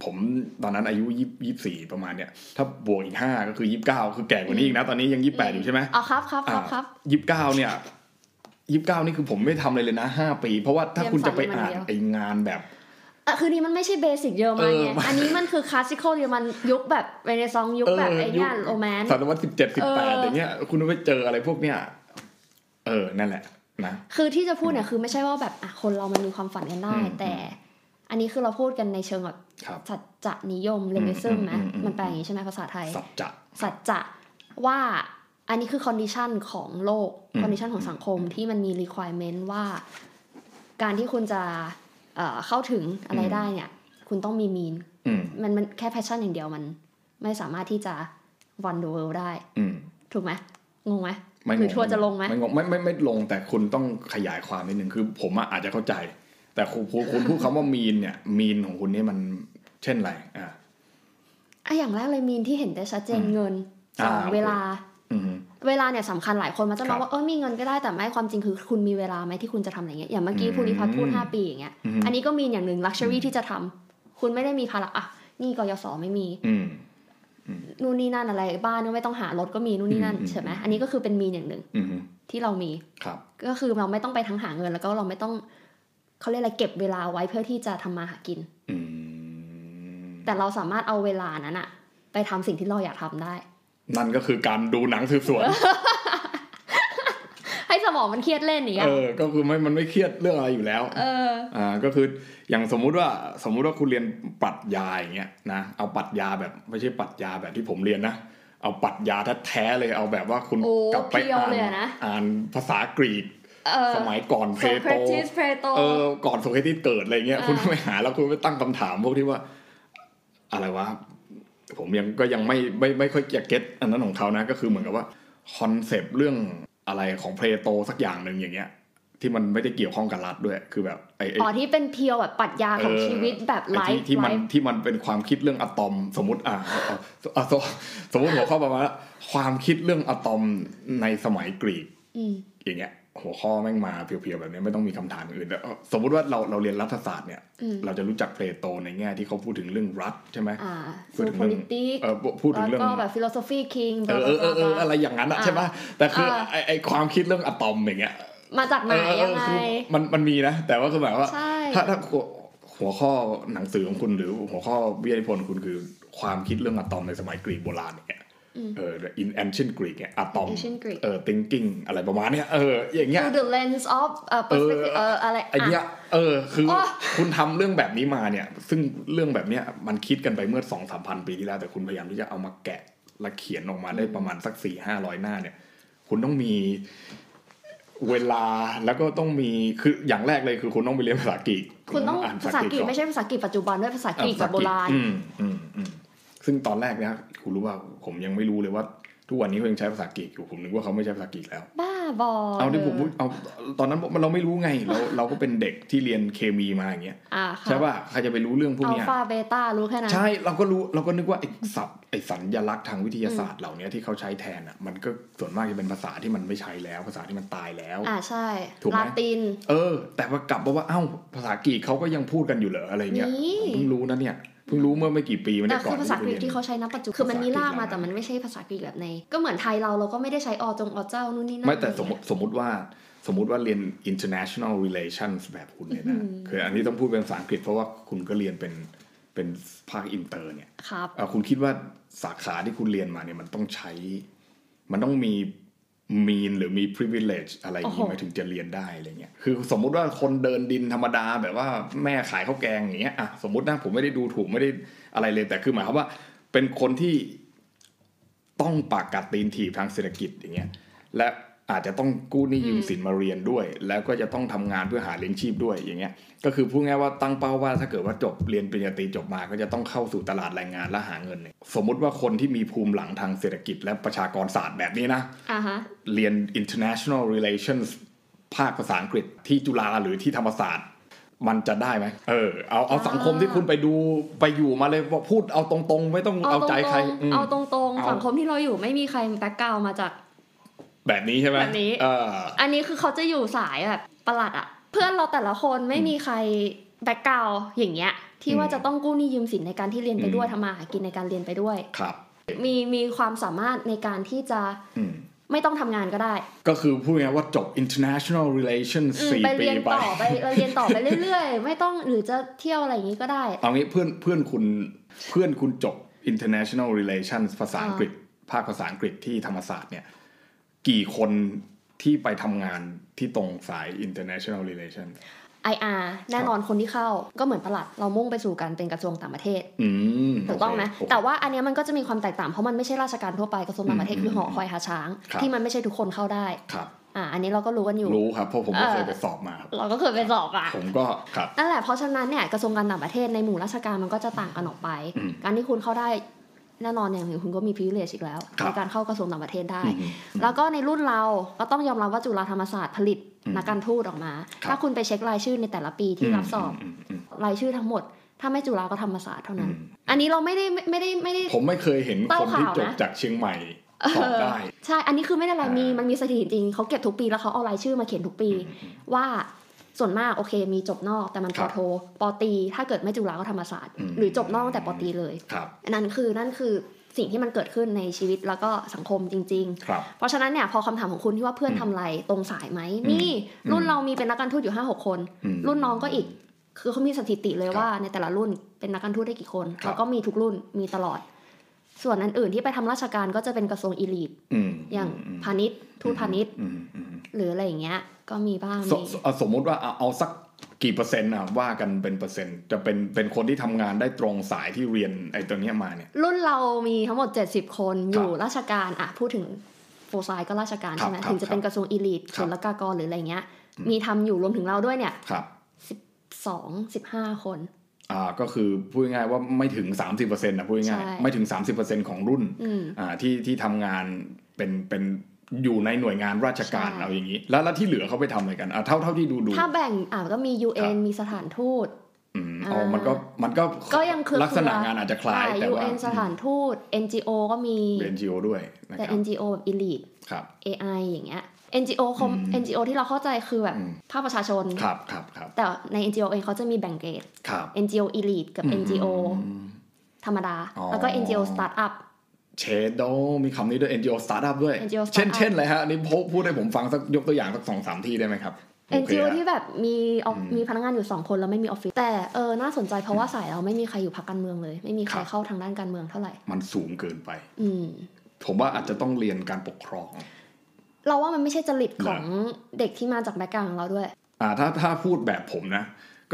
A: ผมตอนนั้นอายุยี่ยี่สี่ประมาณเนี่ยถ้าบวกอีกห้าก็คือยี่สิบเก้าคือแก่กว่านี้อีกนะตอนนี้ยังยี่สิบแปดอยู่ใช่ไหม
B: อ๋อครับครับครับครับ
A: ยี่สิบเก้าเนี่ยยี่สิบเก้านี่คือผมไม่ทำอะไรเลยนะห้าปี เพราะว่าถ้าคุณจะไปอ่าน
B: เรียนสอนเรี
A: ไอย
B: น
A: งานแบบ
B: อ่ะคือนี่มันไม่ใช่เบสิกเยอรมัน
A: เอ
B: ไง
A: อมัน
B: อันนี้มันคือคลาสสิคอลเยอรมันยุคแบบเรเนซองยุคแบบไอ้เนี่ย
A: ยุค
B: โรแมน
A: ศตวรรษสิบเจ็ดสิบแปด
B: อ
A: อย่างเงี้ย คุณไปเจออะไรพวกเนี้ยเออ นั่นแหละนะ
B: คือที่จะพูดเนี่ยคือไม่ใช่ว่าแบบอ่ะคนเรามันมีความฝันกันได้
A: อืม
B: แต่ อันนี้คือเราพูดกันในเชิงแบบ
A: ครับ
B: สัจจะนิยมเลนิซึมนะ
A: อืมอืมอืม
B: มันแปลอย่างนี้ใช่ไหมภาษาไทย
A: สัจจะ
B: สัจจะว่าอันนี้คือ condition ของโลก
A: อืม
B: condition ของสังคมที่มันมี requirement ว่า การที่คุณจะเอ่อเข้าถึงอะไรได้เนี่ย คุณต้องมี mean
A: อืม
B: มันมันแค่ passion อย่างเดียวมัน ไม่สามารถที่จะ run the world ได้
A: อืม
B: ถูกไหมงงไหม
A: ไม่ง
B: หรือทัวร์จะลงไหม
A: ไม่งงไม่ไม่ไม่ลงแต่คุณต้องขยายความนิดนึงคือ ผมอะอาจจะเข้าใจ แต่คุณคุณคุณพูดคำว่ามีนเนี่ย มีนของคุณนี่มันเช่นไรอ่า
B: อ่ะอย่างแรกเลย mean ที่เห็นได้ชัดเจน
A: อืม
B: เงินสอง
A: อ่าโอเค
B: เวลา
A: อืม
B: เวลาเนี่ยสำคัญหลายคนมักจะมองว่าเออมีเงินก็ได้แต่ไม่ความจริงคือคุณมีเวลาไหมที่คุณจะทำอะไรเงี้ยอย่างเมื่อกี้
A: อืม
B: ภูริพัฒน์พูด 5 ปีอย่างเงี้ย
A: อืม
B: อันนี้ก็มีอย่างหนึ่งลักชัวรี่ที่จะทำคุณไม่ได้มีภาระอ่ะนี่กยศไม่มี
A: อืม
B: นู่นนี่นั่นอะไรบ้านก็ไม่ต้องหารถก็มีนู่นนี่นั่น
A: อืม
B: ใช่ไหมอันนี้ก็คือเป็นมีอย่างหนึ่ง
A: อืม
B: ที่เรามี
A: ครับ
B: ก็คือเราไม่ต้องไปทั้งหาเงินแล้วก็เราไม่ต้องเขาเรียกอะไรเก็บเวลาไว้เพื่อที่จะทำมาหากิน
A: อืม
B: แต่เราสามารถเอาเวลานั้นอะไปทำสิ่งที่เราอยากทำได้
A: นั่นก็คือการดูหนังสืบสวน
B: ให้สมองมันเครียดเล่นอย่างเงี้
A: เอย อ ก็คือไม่ มันไม่เครียดเรื่องอะไรอยู่แล้ว
B: เออ
A: อ่า ก็คือ อย่างสมมุติว่า สมมุติว่าคุณเรียนปรัชญาอย่างเงี้ยนะ เอาปรัชญาแบบไม่ใช่ปรัชญาแบบที่ผมเรียนนะ เอาปรัชญาแท้ๆเลย เอาแบบว่าคุณ
B: โอ้
A: กลับไป
B: เพียว
A: อ่าน
B: เลยอะนะ
A: อ่านภาษากรีก
B: เออ
A: สมัยก่อนเพ
B: โซ
A: ล
B: เค
A: โต
B: รติสเพลโต
A: เออ ก่อนโซเครติสเกิดอะไรเงี้ย
B: อ่า
A: คุณไปหาแล้วคุณไปตั้งคำถามพวกที่ว่า อะไรวะ ผมยังก็ยังไม่ไม่ไม่ค่อยจะเก็ตอันนั้นของเขานะ ก็คือเหมือนกับว่าคอนเซปต์เรื่องอะไรของเพลโตสักอย่างหนึ่งอย่างเงี้ย ที่มันไม่ได้เกี่ยวข้องกับรัฐด้วย คือแบบไอ้ไอ้
B: อ๋อที่เป็นเพียวแบบปรัชญาของ
A: เออ
B: ชีวิตแบบไล
A: ไอ้ที่
B: ฟ์
A: ที่
B: ไล
A: มัน
B: ฟ์
A: ที่มันเป็นความคิดเรื่องอะตอม สมมติอ่ะเอาเอาเอาสมสมมติหัวข้อประมาณว่าความคิดเรื่องอะตอมในสมัยกรีก อย่างเงี้ยหัวข้อแม่งมาเพียวๆแบบนี้ไม่ต้องมีคำถามอื่นแต่สมมุติว่าเราเราเรียนรัฐศาสตร์เนี่ย
B: อืม
A: เราจะรู้จักเพลโตในแง่ที่เขาพูดถึงเรื่องรัฐใช่ไหม
B: อ่า
A: พู
B: ซู
A: ดถึง
B: โพ
A: เรื่อง
B: ลิติก
A: เออพูดถึง
B: แล้
A: เรื่
B: ว
A: อง
B: ก็แบบฟิโลโซฟีคิง
A: เออเออเออเอออะไรอย่างนั้นอะ
B: อ่า
A: ใช่ปะแต่คืออา ไอไอความคิดเรื่องอะตอมอย่างเงี้ย
B: มาจากไหน
A: เออเออ
B: ยังไง
A: คือมันมันมีนะ แต่ว่าคือหมายว่า
B: ใช่
A: ถ้าถ้าหัวหัวข้อหนังสือของคุณหรือหัวข้อวิทยานิพนธ์คุณคือความคิดเรื่องอะตอมในสมัยกรีกโบราณอย่างเงี้ย
B: อืม
A: เออ in ancient Greek เนี่ยอะตอม
B: Ancient Greek
A: เออ thinking อะไรประมาณเนี้ยเอออย่างเงี้ย
B: through the lens of เอ่อ perspective เอ่ออะไร
A: ไอเนี้
B: อ่ะ
A: ยเออคือ
B: โอ๊ย
A: คุณทำเรื่องแบบนี้มาเนี่ย ซึ่งเรื่องแบบเนี้ยมันคิดกันไปเมื่อสองสามพันปีที่แล้ว แต่คุณพยายามที่จะเอามาแกะและเขียนออกมาได้ประมาณสักสี่ห้าร้อยหน้าเนี่ย คุณต้องมีเวลาแล้วก็ต้องมีคืออย่างแรกเลยคือคุณต้องไปเรียนภาษากรีก
B: คุณต้อง
A: น
B: ภาษากรีกไม่ใช่ภาษากรีกปัจจุบันด้วยภาษากรีก
A: อ่นภา
B: แบ
A: ษา
B: บโบราณ
A: อืมอืมอืมซึ่งตอนแรกเนี่ยคุณรู้ว่าผมยังไม่รู้เลยว่า ทุกวันนี้เขายังใช้ภาษากรีกอยู่ผมนึกว่าเขาไม่ใช้ภาษากรีกแล้ว
B: บ้า บอล
A: เอาที่ผมพูดเอาตอนนั้นผมเราไม่รู้ไงเราเราก็เป็นเด็กที่เรียนเคมีมาอย่างเงี้ย
B: อ่าค่ะ
A: ใช่ป่ะใครจะไปรู้เรื่องพวก
B: อัล
A: เนี้ย
B: ฟาเบต้ารู้แค่นั้น
A: ใช่เราก็รู้เราก็นึกว่าไอ้ศัพท์ไอ้สัญลักษณ์ทางวิทยาศาสตร์เหล่านี้ที่เขาใช้แทนอ่ะมันก็ส่วนมากจะเป็นภาษาที่มันไม่ใช้แล้ว ภาษาที่มันตายแล้ว
B: อ่าใช่
A: ถูกไหม
B: ลาติน
A: เออ แต่ว่ากลับมาว่าเอ้าภาษาอังกฤษเขาก็ยังพูดกันอยู่เหรออะไรเงี้ย
B: นี่
A: ผมเพิ่งรู้นะเนี่ยเพิ่งรู้เมื่อไม่กี่ปีมา
B: แต่
A: เนี่ยก่อ
B: คื
A: น
B: อภาษาอังกฤษที่เขา
A: จะ
B: ใช้ณปัจจุบันคือมันมีลากมา
A: ภาษาอังกฤษ
B: แต่มันไม่ใช่ภาษาอังกฤษแบบใน ก็เหมือนไทยเราเราก็ไม่ได้ใช้อจงอเจ้านู่นนี่
A: เรีย
B: นั่
A: น
B: น
A: ไม่แต่
B: อะไร
A: สมม
B: เงี้ย
A: ติสมมติว่าสมมติว่าเรียน international relations แบบคุณเนี่ยนะ
B: อืม
A: คืออันนี้ต้องพูดเป็นภาษาอังกฤษเพราะว่าคุณก็เรียนเป็นเป็นภาคอินเตอร์เนี่ย
B: ครับ
A: เอ่อคุณคิดว่าสาขาที่คุณเรียนมาเนี่ยมันต้องใช้ มันต้องมี mean หรือมี privilege อะไรอย่าง
B: โอ้
A: นี้
B: โห
A: ไหมถึงจะเรียนได้อะไรเงี้ยคือสมมุติว่าคนเดินดินธรรมดาแบบว่าแม่ขายข้าวแกงอย่างเงี้ยอ่ะสมมตินะผมไม่ได้ดูถูกไม่ได้อะไรเลยแต่คือหมายความว่า เป็นคนที่ต้องปากกัดตีนถีบทางเศรษฐกิจอย่างเงี้ยและอาจจะต้องกู้หนี้ยืมสินมาเรียนด้วย แล้วก็จะต้องทำงานเพื่อหาเลี้ยงชีพด้วยอย่างเงี้ยก็คือพูดง่ายๆว่าตั้งเป้าว่าถ้าเกิดว่าจบเรียนปริญญาตรีจบมา ก็จะต้องเข้าสู่ตลาดแรงงานและหาเงินเนี่ยสมมติว่าคนที่มีภูมิหลังทางเศรษฐกิจ และประชากรศาสตร์แบบนี้นะ
B: อ่าฮะ
A: เรียน international relations ภาคภาษาอังกฤษที่จุฬาหรือที่ธรรมศาสตร์ มันจะได้ไหม เออ เอาเอา
B: อ่า
A: สังคมที่คุณไปดูไปอยู่มาเลยว่าพูดเอาตรงๆ ไม่ต้องเอาใจใคร
B: ตงๆ
A: อืม
B: เอาตรง
A: เอา
B: ๆ สังคมที่เราอยู่ไม่มีใครแบ็กกราวมาจาก
A: แบบนี้ใช่ไหม
B: แบบนี้
A: เออ
B: อันนี้คือเขาจะอยู่สายแบบประหลัดอะเพื่อนเราแต่ละคนไม่มีใครแบ็กกราวอย่างเงี้ย ที่ว่า
A: อืม
B: จะต้องกู้หนี้ยืมสินในการที่เรียนไปด้วย
A: อืม
B: ทำมาหากินในการเรียนไปด้วย
A: ครับ
B: มีมีความสามารถในการที่จะ
A: อืม
B: ไม่ต้องทำงานก็ได้
A: ก็คือพูดง่ายๆว่าจบ international relations
B: อืม
A: สี่
B: ไป
A: ปี
B: เรียน
A: ไป
B: ต่อไปเราเรียนต่อไปเรื่อยๆ ไม่ต้องหรือจะเที่ยวอะไรอย่างงี้ก็ได้
A: เอางี้เพื่อนเพื่อนคุณเพื่อนคุณจบ international relations ภาษาอังกฤษ ภาคภาษาอังกฤษที่ธรรมศาสตร์เนี่ย กี่คนที่ไปทำงานที่ตรงสาย international relations
B: IR แน่นอนคนที่เข้าก็เหมือนประหลัดเรามุ่งไปสู่การเป็นกระทรวงต่างประเทศ
A: อืม
B: ถูกต้องไหม
A: โเค
B: แต่ว่าอันเนี้ยมันก็จะมีความแตกต่าง เพราะมันไม่ใช่ราชการทั่วไปกระทรวงต่างประเทศ
A: อืม
B: คือหอคอยหาช้าง
A: ครับ
B: ที่มันไม่ใช่ทุกคนเข้าได้
A: ครับ
B: อ่าอันนี้เราก็รู้กันอยู่
A: รู้ครับเพราะผมก็เคย
B: เออ
A: ไปสอบมาครับ
B: เราก็เคยไปสอบอ่ะ
A: ผมก็ครับ
B: นั่นแหละเพราะฉะนั้นเนี่ยกระทรวงการต่างประเทศในหมู่ราชการมันก็จะต่างกันออกไป
A: อืม
B: การที่คุณเข้าได้แน่นอนอย่างหนึ่งคุณก็มี privilege อีกแล้ว
A: ครับ
B: ในการเข้ากระทรวงต่างประเทศได้
A: อืม
B: แล้วก็ในรุ่นเราก็ต้องยอมรับว่าจุฬาธรรมศาสตร์ผลิต
A: อืม
B: นักการทูตออกมา
A: ครับ
B: ถ้าคุณไปเช็ครายชื่อในแต่ละปีที่รับสอบ
A: มมอืม
B: รายชื่อทั้งหมด ถ้าไม่จุฬาก็ธรรมศาสตร์เท่า
A: อื
B: นั้น
A: ม
B: อันนี้เราไม่ได้ไม่ได้ไม่ได้
A: ผมไม่เคยเห็น
B: เต้า
A: คนที่
B: ข่าว
A: จบ
B: นะ
A: จากเชียงใหม่สอบได้
B: ใช่ อันนี้คือไม่ได้อะไร
A: อ่ามี
B: มี มันมีสถิติจริง เขาเก็บทุกปีแล้วเขาเอารายชื่อมาเขียนทุกปี
A: มอืม
B: ว่าส่วนมากโอเค มีจบนอกแต่มัน
A: ค
B: ป
A: รั
B: อบ โทปอตรีถ้าเกิดไม่จุฬาก็ธรรมศาสตร์
A: อืม
B: หรือจบนอกตั้งแต่ปอตรีเลย
A: ครับ
B: อันนั่นคือนั่นคือสิ่งที่มันเกิดขึ้นในชีวิตแล้วก็สังคมจริง
A: ครับ
B: ๆ เพราะฉะนั้นเนี่ยพอคำถามของคุณที่ว่าเพื่อนทำอะไรตรงสายไหม
A: อืม
B: นี่
A: อืม
B: รุ่นเรามีเป็นนักการทูตอยู่ห้าหกคน
A: อืม
B: รุ่นน้องก็อีก คือเขามีสถิติเล
A: ค
B: ย
A: รับ
B: ว่าในแต่ละรุ่นเป็นนักการทูตได้กี่คน
A: ครับ
B: แล้วก็มีทุกรุ่นมีตลอด ส่วนอันอื่นที่ไปทำราชการก็จะเป็นกระทรวงอีลีท
A: อืม
B: อย่าง
A: อืม
B: พาณิชย์ทูตพาณิชย์
A: อืมอืม
B: หรืออะไรอย่างเงี้ย ก็มีบ้าง
A: ส
B: มี
A: สเอาสมมุติว่าเอาเอาสักกี่เปอร์เซ็นต์อะว่ากันเป็นเปอร์เซ็นต์จะเป็นเป็นคนที่ทำงานได้ตรงสายที่เรียนไอ้ตัวเนี้ยมาเนี่ย
B: รุ่นเรามีทั้งหมด 70 คนอยู่ราชการอ่ะพูดถึงโฟไซก็ราชการ
A: ครับ
B: ใช่ไหม
A: ครับ
B: ถึงจะเป็นกระทรวงอีลีท
A: ครั
B: ศุ
A: บ
B: ลกากรหรืออะไรเงี้ย
A: อืม
B: มีทำอยู่รวมถึงเราด้วยเนี่ย
A: ครับ
B: 2 15 คน
A: อ่าก็คือพูดง่ายๆว่าไม่ถึง 30%นะพูดง่าย
B: ใช่
A: ๆไม่ถึง 30%ของรุ่น
B: อืม
A: อ่าที่ที่ทำงานเป็นเป็นอยู่ในหน่วยงานราชการ
B: ใช่
A: เอาอย่างนี้ แล้วแล้วที่เหลือเขาไปทำอะไรกันอ่าเท่าเท่าที่ดูดู
B: ถ้าแบ่งอ่ะก็มี
A: ครั
B: UN
A: บ
B: มีสถานทูต
A: อืมอ๋อ
B: อ่ามั
A: มันก็มันก็
B: ก็ยังเครือ
A: ลักษณะงานอาจจะคล้าย
B: อ่ะ
A: แต่ว่า
B: UN สถานทูต NGO ก็มี
A: เป็น NGO ด้วยนะ
B: แต่
A: ครับ
B: NGO แบบอีลีท
A: ครับ
B: AI อย่างเงี้ย NGO คอม
A: อืม
B: NGO ที่เราเข้าใจคือแบบ
A: อืม
B: ภาคประชาชน
A: ครับครับครับ
B: แต่ใน NGO เองเขาจะมีแบ่งเกรด
A: ครับ
B: NGO Elite กับ NGO ธรรมดา
A: อ๋อ
B: แล้วก็ NGO Startup
A: เชโดมีคำนี้ด้วย NGO Startup ด้วย
B: NGO
A: เช่น
B: Startup
A: เช่นเลยฮะอันนี่พูดให้ผมฟังสักยกตัวอย่างสักสองสามที่ได้ไหมครับโอเค
B: NGO
A: ฮะ
B: ที่แบบมีออฟ
A: อืม
B: มีพนักงานอยู่ 2 คนแล้วไม่มีออฟฟิศแต่เออน่าสนใจเพราะว่าสายเราไม่มีใครอยู่พักการเมืองเลย ไม่มีใคร
A: ครับ
B: เข้าทางด้านการเมืองเท่าไหร่
A: มันสูงเกินไป
B: อืม
A: ผมว่าอาจจะต้องเรียนการปกครอง
B: เราว่ามันไม่ใช่จริตของเด็กที่มาจากแบ็กกราวด์ของเราด้วย
A: อ่าถ้าถ้าพูดแบบผมนะ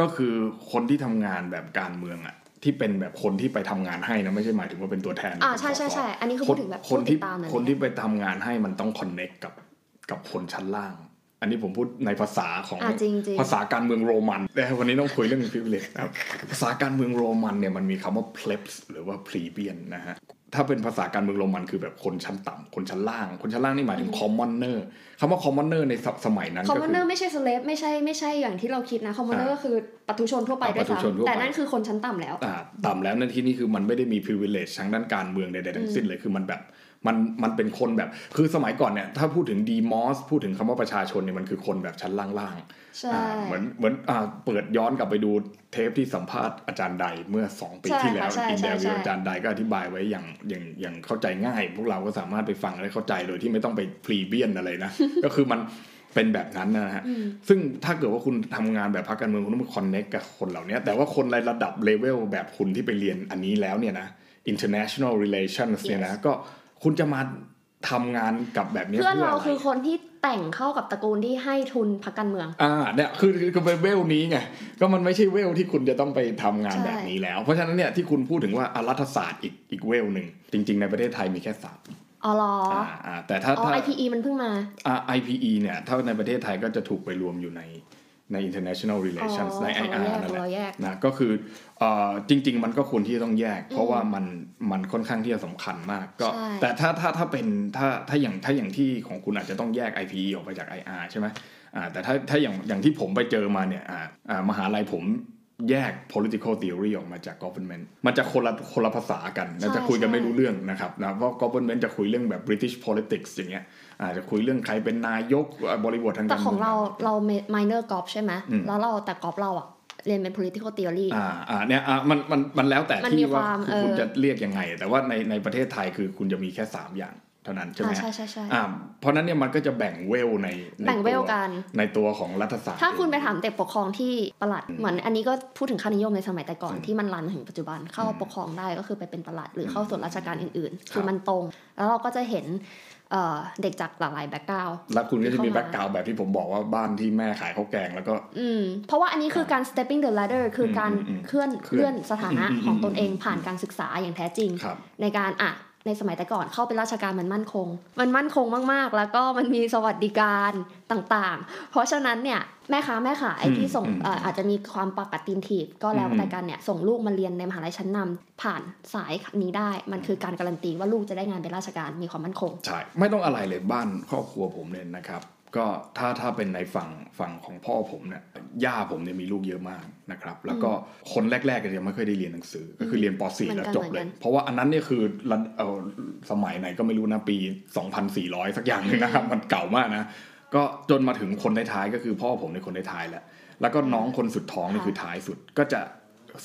A: ก็คือคนที่ทำงานแบบการเมืองอะที่เป็นแบบคนที่ไปทำงานให้นะไม่ใช่หมายถึงว่าเป็นตัวแทน
B: อ่าใช่ใช่ใช่อันนี้คือ
A: ค
B: พู
A: น
B: ดถึงแบบ
A: คนที่
B: ผู้ติดตามนั่น
A: คน
B: แหละ
A: ที่ไปทำงานให้มันต้องคอนเน็กกับกับคนชั้นล่าง อันนี้ผมพูดในภาษาของ
B: อ่าจริงจริง
A: ภาษาการเมืองโรมันแต่วันนี้ต้องคุยเรื่อง privilege นะครับภาษาการเมืองโรมันเนี่ยมันมีคำว่า plebs หรือว่า plebeian นะฮะ ถ้าเป็นภาษาการเมืองโรมันคือแบบคนชั้นต่ำคนชั้นล่าง คนชั้นล่างนี่หมายถึง
B: อืม
A: คอมมอนเนอร์คำว่าคอมมอนเนอร์ในสสมัยนั้น
B: คอ
A: ก็
B: มมอน
A: คื
B: เนอ
A: อ
B: ร์ไม่ใช่สเลฟไม่ใช่ไม่ใช่อย่างที่เราคิดนะคอมมอนเนอร์
A: อ่า
B: ก็คือปัทุชนทั่วไป
A: อ่า
B: ด้วย
A: ปัทุชนทั่ว
B: ซ้ำ
A: ไป
B: แต่นั่นคือคนชั้นต่ำแล้ว
A: อ่าต่ำแล้วในที่นี่คือมันไม่ได้มี privilege ทางด้านการเมืองใดๆทั้งสิ้นเลยคือมันแบบมันมันเป็นคนแบบคือสมัยก่อนเนี่ยถ้าพูดถึงดีมอสพูดถึงคำว่าประชาชนเนี่ยมันคือคนแบบชั้นล่างๆ
B: ใช่
A: อ่าเหมือนเหมือนอ่าเปิดย้อนกลับไปดูเทปที่สัมภาษณ์อาจารย์ใดเมื่อ 2 ปี
B: ใช่
A: ที่
B: ค่ะ
A: แล้ว
B: ใช่
A: อินเดียวิว
B: ใช่ใช่
A: อาจารย์ใดก็อธิบายไว้อย่างอย่างอย่างเข้าใจง่าย พวกเราก็สามารถไปฟังและเข้าใจโดยที่ไม่ต้องไปพรีเบียนอะไรนะ ก็คือมันเป็นแบบนั้นนะฮะ
B: อืม
A: ซึ่งถ้าเกิดว่าคุณทำงานแบบพักการเมืองคุณต้องคอนเน็กกับคนเหล่านี้แต่ว่าคนในระดับเลเวลแบบคุณที่ไปเรียนอันนี้แล้วเนี่ยนะ international relations เนี่ยนะ
B: Yes
A: ก็คุณจะมาทำงานกับแบบนี้
B: เพื่อนเรา
A: ะไ
B: คือคนที่แต่งเข้ากับตระกูลที่ให้ทุนพรรคการเมือง
A: อ่าเนี่ยคือคือคือเป็นเวลนี้ไงก็มันไม่ใช่เวลที่คุณจะต้องไปทำงาน
B: ใช่
A: แบบนี้แล้ว เพราะฉะนั้นเนี่ยที่คุณพูดถึงว่าอารัฐศาสตร์อีกอีกเวลหนึ่งจริง ๆ ในประเทศไทยมีแค่สาม
B: อ๋อเหรอ
A: อ่าอ่าแต่ถ้า
B: อ๋อ
A: ถ้า
B: IPE มันเพิ่งมา
A: อ่า IPE เนี่ยถ้าในประเทศไทยก็จะถูกไปรวมอยู่ในใน international relations
B: อ๋อ
A: ใน
B: ของ
A: IR
B: เราแยก
A: นั่นแหละ
B: ของเราแยก
A: นะก็คือเอ่อจริง ๆ มันก็ควรที่จะต้องแยก เพราะว่ามันมันค่อนข้างที่จะสำคัญมากก็
B: ใช่
A: แต่ถ้าถ้าถ้าเป็นถ้าถ้าอย่างถ้าอย่างที่ของคุณอาจจะต้องแยก IPE ออกไปจาก IR ใช่ไหมอ่าแต่ถ้าถ้าอย่างอย่างที่ผมไปเจอมาเนี่ยอ่าอ่ามหาลัยผมแยก political theory ออกมาจาก government มันจะคนละคนละภาษากันแล้วจะคุยกันไม่รู้เรื่องนะครับนะเพราะ government จะคุยเรื่องแบบ British politics อย่างเงี้ยอาจจะคุยเรื่องใครเป็นนายกอ่าบริบททาง
B: แต่
A: การมื
B: ของเราเรา minor g o l f ใช่ไหม
A: อืม
B: แล้วเราแต่กอล์ฟเราอะเรียนเป็น political theory
A: อ่าอ่าเนี่ยอ่ามันมันมันแล้วแต่
B: มันมี
A: ที่ว่า
B: ความเออ
A: คุณจะเรียกยังไง แต่ว่าในในประเทศไทยคือคุณจะมีแค่ 3 อย่างเท่านั้นใช่ไหม
B: อ่าใช่ใช่ใช่
A: อ่าเพราะนั้นเนี่ยมันก็จะแบ่งเวลในใน
B: แบ่งเวล
A: ตั
B: กัน
A: ในตัวของรัฐศาสตร์
B: ถ้าคุณไป
A: เอง
B: ถามเด็กปกครองที่ประหลัดเหมือนอันนี้ก็พูดถึงค่านิยมในสมัยแต่ก่อน
A: อืม
B: ที่มันรันถึงปัจจุบันเข้า
A: อืม
B: ปกครองได้ก็คือไปเป็นประหลัดหรือเข้าส่วนราชการอื่น
A: ค
B: ๆ
A: รับ
B: คือมันตรง แล้วเราก็จะเห็นเอ่อเด็กจากหลากหลายแบ็กกราว
A: แล้วคุณก็จะมี
B: เข้ามา
A: แบ็กกราวแบบที่ผมบอกว่าบ้านที่แม่ขายข้าวแกงแล้วก็
B: อืมเพราะว่าอันนี้คือการ stepping the ladder คือการ
A: อืมอืม
B: เคลื่อน
A: เค
B: เค
A: ลื่
B: ลื่
A: อ
B: อน นสถานะ
A: อืมอืม
B: ของตนเอง
A: อืม
B: ผ่านการศึกษาอย่างแท้จริง
A: ครับ
B: ในการอ่ะในสมัยแต่ก่อนเข้าเป็นราชการมันมั่นคง มันมั่นคงมากๆ แล้วก็มันมีสวัสดิการต่างๆ เพราะฉะนั้นเนี่ยแม่ค้าแม่ขาย
A: อืม
B: ที่ส่ง
A: อืม
B: เอ่ออาจจะมีความปกติทีบก็แล้ว
A: อืม
B: แต่กันเนี่ยส่งลูกมาเรียนในมหาลัยชั้นนำผ่านสายนี้ได้ มันคือการการันตีว่าลูกจะได้งานเป็นราชการมีความมั่นคง
A: ใช่ ไม่ต้องอะไรเลยบ้านครอบครัวผมเนี่ยนะครับ ก็ถ้าถ้าเป็นในฝั่งฝั่งของพ่อผมเนี่ยย่าผมเนี่ยมีลูกเยอะมากนะครับ แล้วก็คนแรกๆก็จะไม่ค่อยได้เรียนหนังสือ ก็คือเรียนป .4
B: เหมื
A: แล้ว
B: อนกัน
A: จบเล
B: เหมือย นกัน
A: เพราะว่าอันนั้นเนี่ยคือระเอ่อสมัยไหนก็ไม่รู้นะปี 2400 สักอย่างหนึ่งนะครับ มันเก่ามากนะ ก็จนมาถึงคนท้ายๆก็คือพ่อผมในยคนท้ายๆแหละแล้วก็น้องคนสุดท้องนี่
B: ค่ะ
A: คือท้ายสุดก็จะ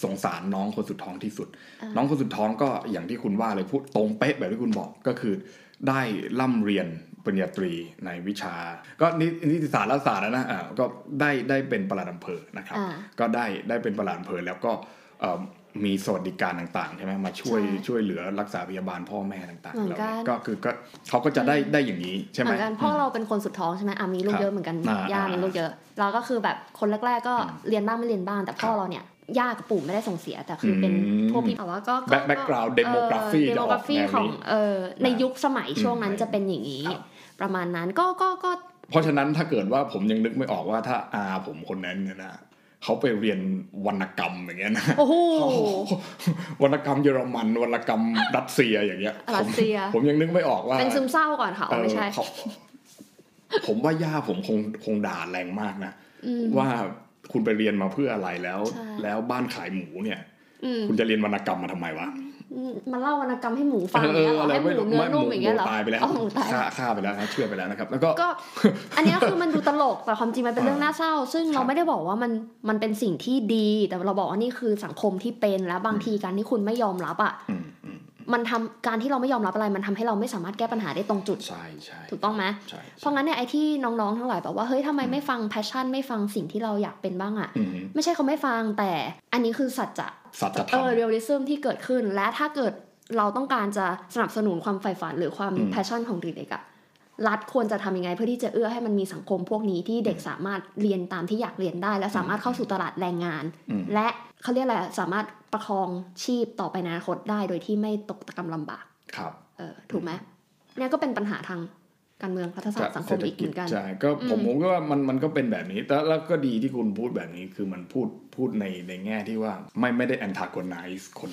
A: สงสารน้องคนสุดท้องที่สุด น้องคนสุดท้องก็อย่างที่คุณว่าเลยพูดตรงเป๊ะแบบที่คุณบอกก็คือ ได้ร่ำเรียนปริญญาตรีในวิชา ก็นินิติศาสตร์รัฐศาสตร์นะนะอ่าก็ได้ได้เป็นประหลัดอำเภอนะครับ
B: อ่า
A: ก็ได้ได้เป็นประหลัดอำเภอแล้วก็เอ่อมีสวัสดิการต่างๆใช่ไหมมาช่วย
B: ใช่
A: ช่วยเหลือรักษาพยาบาลพ่อแม่ต่าง
B: เหมื
A: ๆ
B: อน
A: แล้ว
B: กัน
A: ก็คือก็เขาก็จะได้ได้อย่างนี้ใช่ไห
B: เห
A: ม
B: มือนกันพ่อเราเป็นคนสุดท้องใช่ไหมอ่ะมีลู
A: ค
B: ก
A: รับ
B: เยอะเหมือนกัน
A: อ่า
B: ย่ามีลูกเยอะเราก็คือแบบคนแรกๆก็
A: อืม
B: เรียนบ้างไม่เรียนบ้าง แต่พ่อ
A: ครับ
B: เราเนี่ยย่ากับปู่ไม่ได้ส่งเสียแต่คือเป็นพวกพี่แต่ว่าก็ก็
A: back background demography
B: เด
A: จะ
B: โม
A: ออก
B: กราฟี
A: แนว
B: ของ
A: นี้
B: เออในยุคสมัยช่วงนั้น
A: อืม
B: จะเป็นอย่างนี้
A: ครับ
B: ประมาณนั้นก็ก็ก็
A: เพราะฉะนั้นถ้าเกิดว่าผมยังนึกไม่ออกว่าถ้าอาผมคนนั้นเนี่ยนะเขาไปเรียนวรรณกรรมอย่างเงี้ยนะ
B: โอ้โห
A: วรรณกรรมเยอรมันวรรณกรรมรัสเซียอย่างเงี้ย
B: รัสเซีย
A: ผมผมยังนึกไม่ออกว่า
B: เป็นซึมเศร้าก่อนค่ะอ๋อไม่ใช่
A: เออเขาผมว่าย่าผมคงคงด่าแรงมากนะ
B: อืม
A: ว่าคุณไปเรียนมาเพื่ออะไรแล้ว
B: ใช่
A: แล้วบ้านขายหมูเนี่ย
B: อืม
A: คุณจะเรียนวรรณกรรมมาทำไมวะ
B: มันเล่าวรรณกรรมให้หมูฟังอย่าง
A: เอ
B: เงี้
A: อย
B: เหรอ
A: อะไร
B: ให้ห
A: ไม่
B: มู
A: รู้
B: เนื้อ
A: ไม่หมู
B: นุ่มอย่างเงี้ยเหรอ
A: ตายไปแล้ว
B: อ๋อหมูตาย
A: ฆ่าฆ่าไปแล้วนะเชื่อไปแล้วนะครับ แล้วก็
B: ก็ อันเนี้ยคือมันดูตลกแต่ความจริงมันเป็นเรื่องน่าเศร้า ซึ่ง
A: ครั
B: เรา
A: บ
B: ไม่ได้บอกว่ามันมันเป็นสิ่งที่ดี แต่เราบอกว่านี่คือสังคมที่เป็นและบาง
A: อืม
B: ทีการที่คุณไม่ยอมรับอ่ะ
A: อืมอืม
B: มันทำการที่เราไม่ยอมรับอะไรมันทำให้เราไม่สามารถแก้ปัญหาได้ตรงจุด
A: ใช่ใช่
B: ถูกต้องไหม
A: ใช่
B: เพราะงั้นเนี่ยไอ้ที่น้องๆทั้งหลายแบบว่าเฮ้ยทำไมไม่ฟังแพชชั่นไม่ฟังสิ่งที่เราอยากเป็นบ้างอะ
A: อืม
B: ไม่ใช่เขาไม่ฟังแต่อันนี้คือสัจจะ
A: สัจธร
B: เอ
A: รม
B: อเรียลลิซึมที่เกิดขึ้น และถ้าเกิดเราต้องการจะสนับสนุนความใฝ่ฝันหรือความ
A: อืม
B: แพชชั่นของเด็กๆอะรัฐควรจะทำยังไงเพื่อที่จะเอื้อให้มันมีสังคมพวกนี้ที่เด็กสามารถเรียนตามที่อยากเรียนได้ และสามารถเข้าสู่ตลาดแรงงาน
A: อืม
B: และเขาเรียกอะไรสามารถประคองชีพต่อไปในอนาคตได้ โดยที่ไม่ตกตะกำลำบาก
A: ครับ
B: เออถูกไหมเนี่ยก็เป็นปัญหาทาง การเมืองพัฒศาสตร์สังคมอีกเหมือนกัน
A: ใช่ก็ผม
B: อืม
A: ผมก็ว่ามันมันก็เป็นแบบนี้แต่แล้วก็ดีที่คุณพูดแบบนี้คือมันพูดพูดในในแง่ที่ว่าไม่ไม่ได้ antagonize คน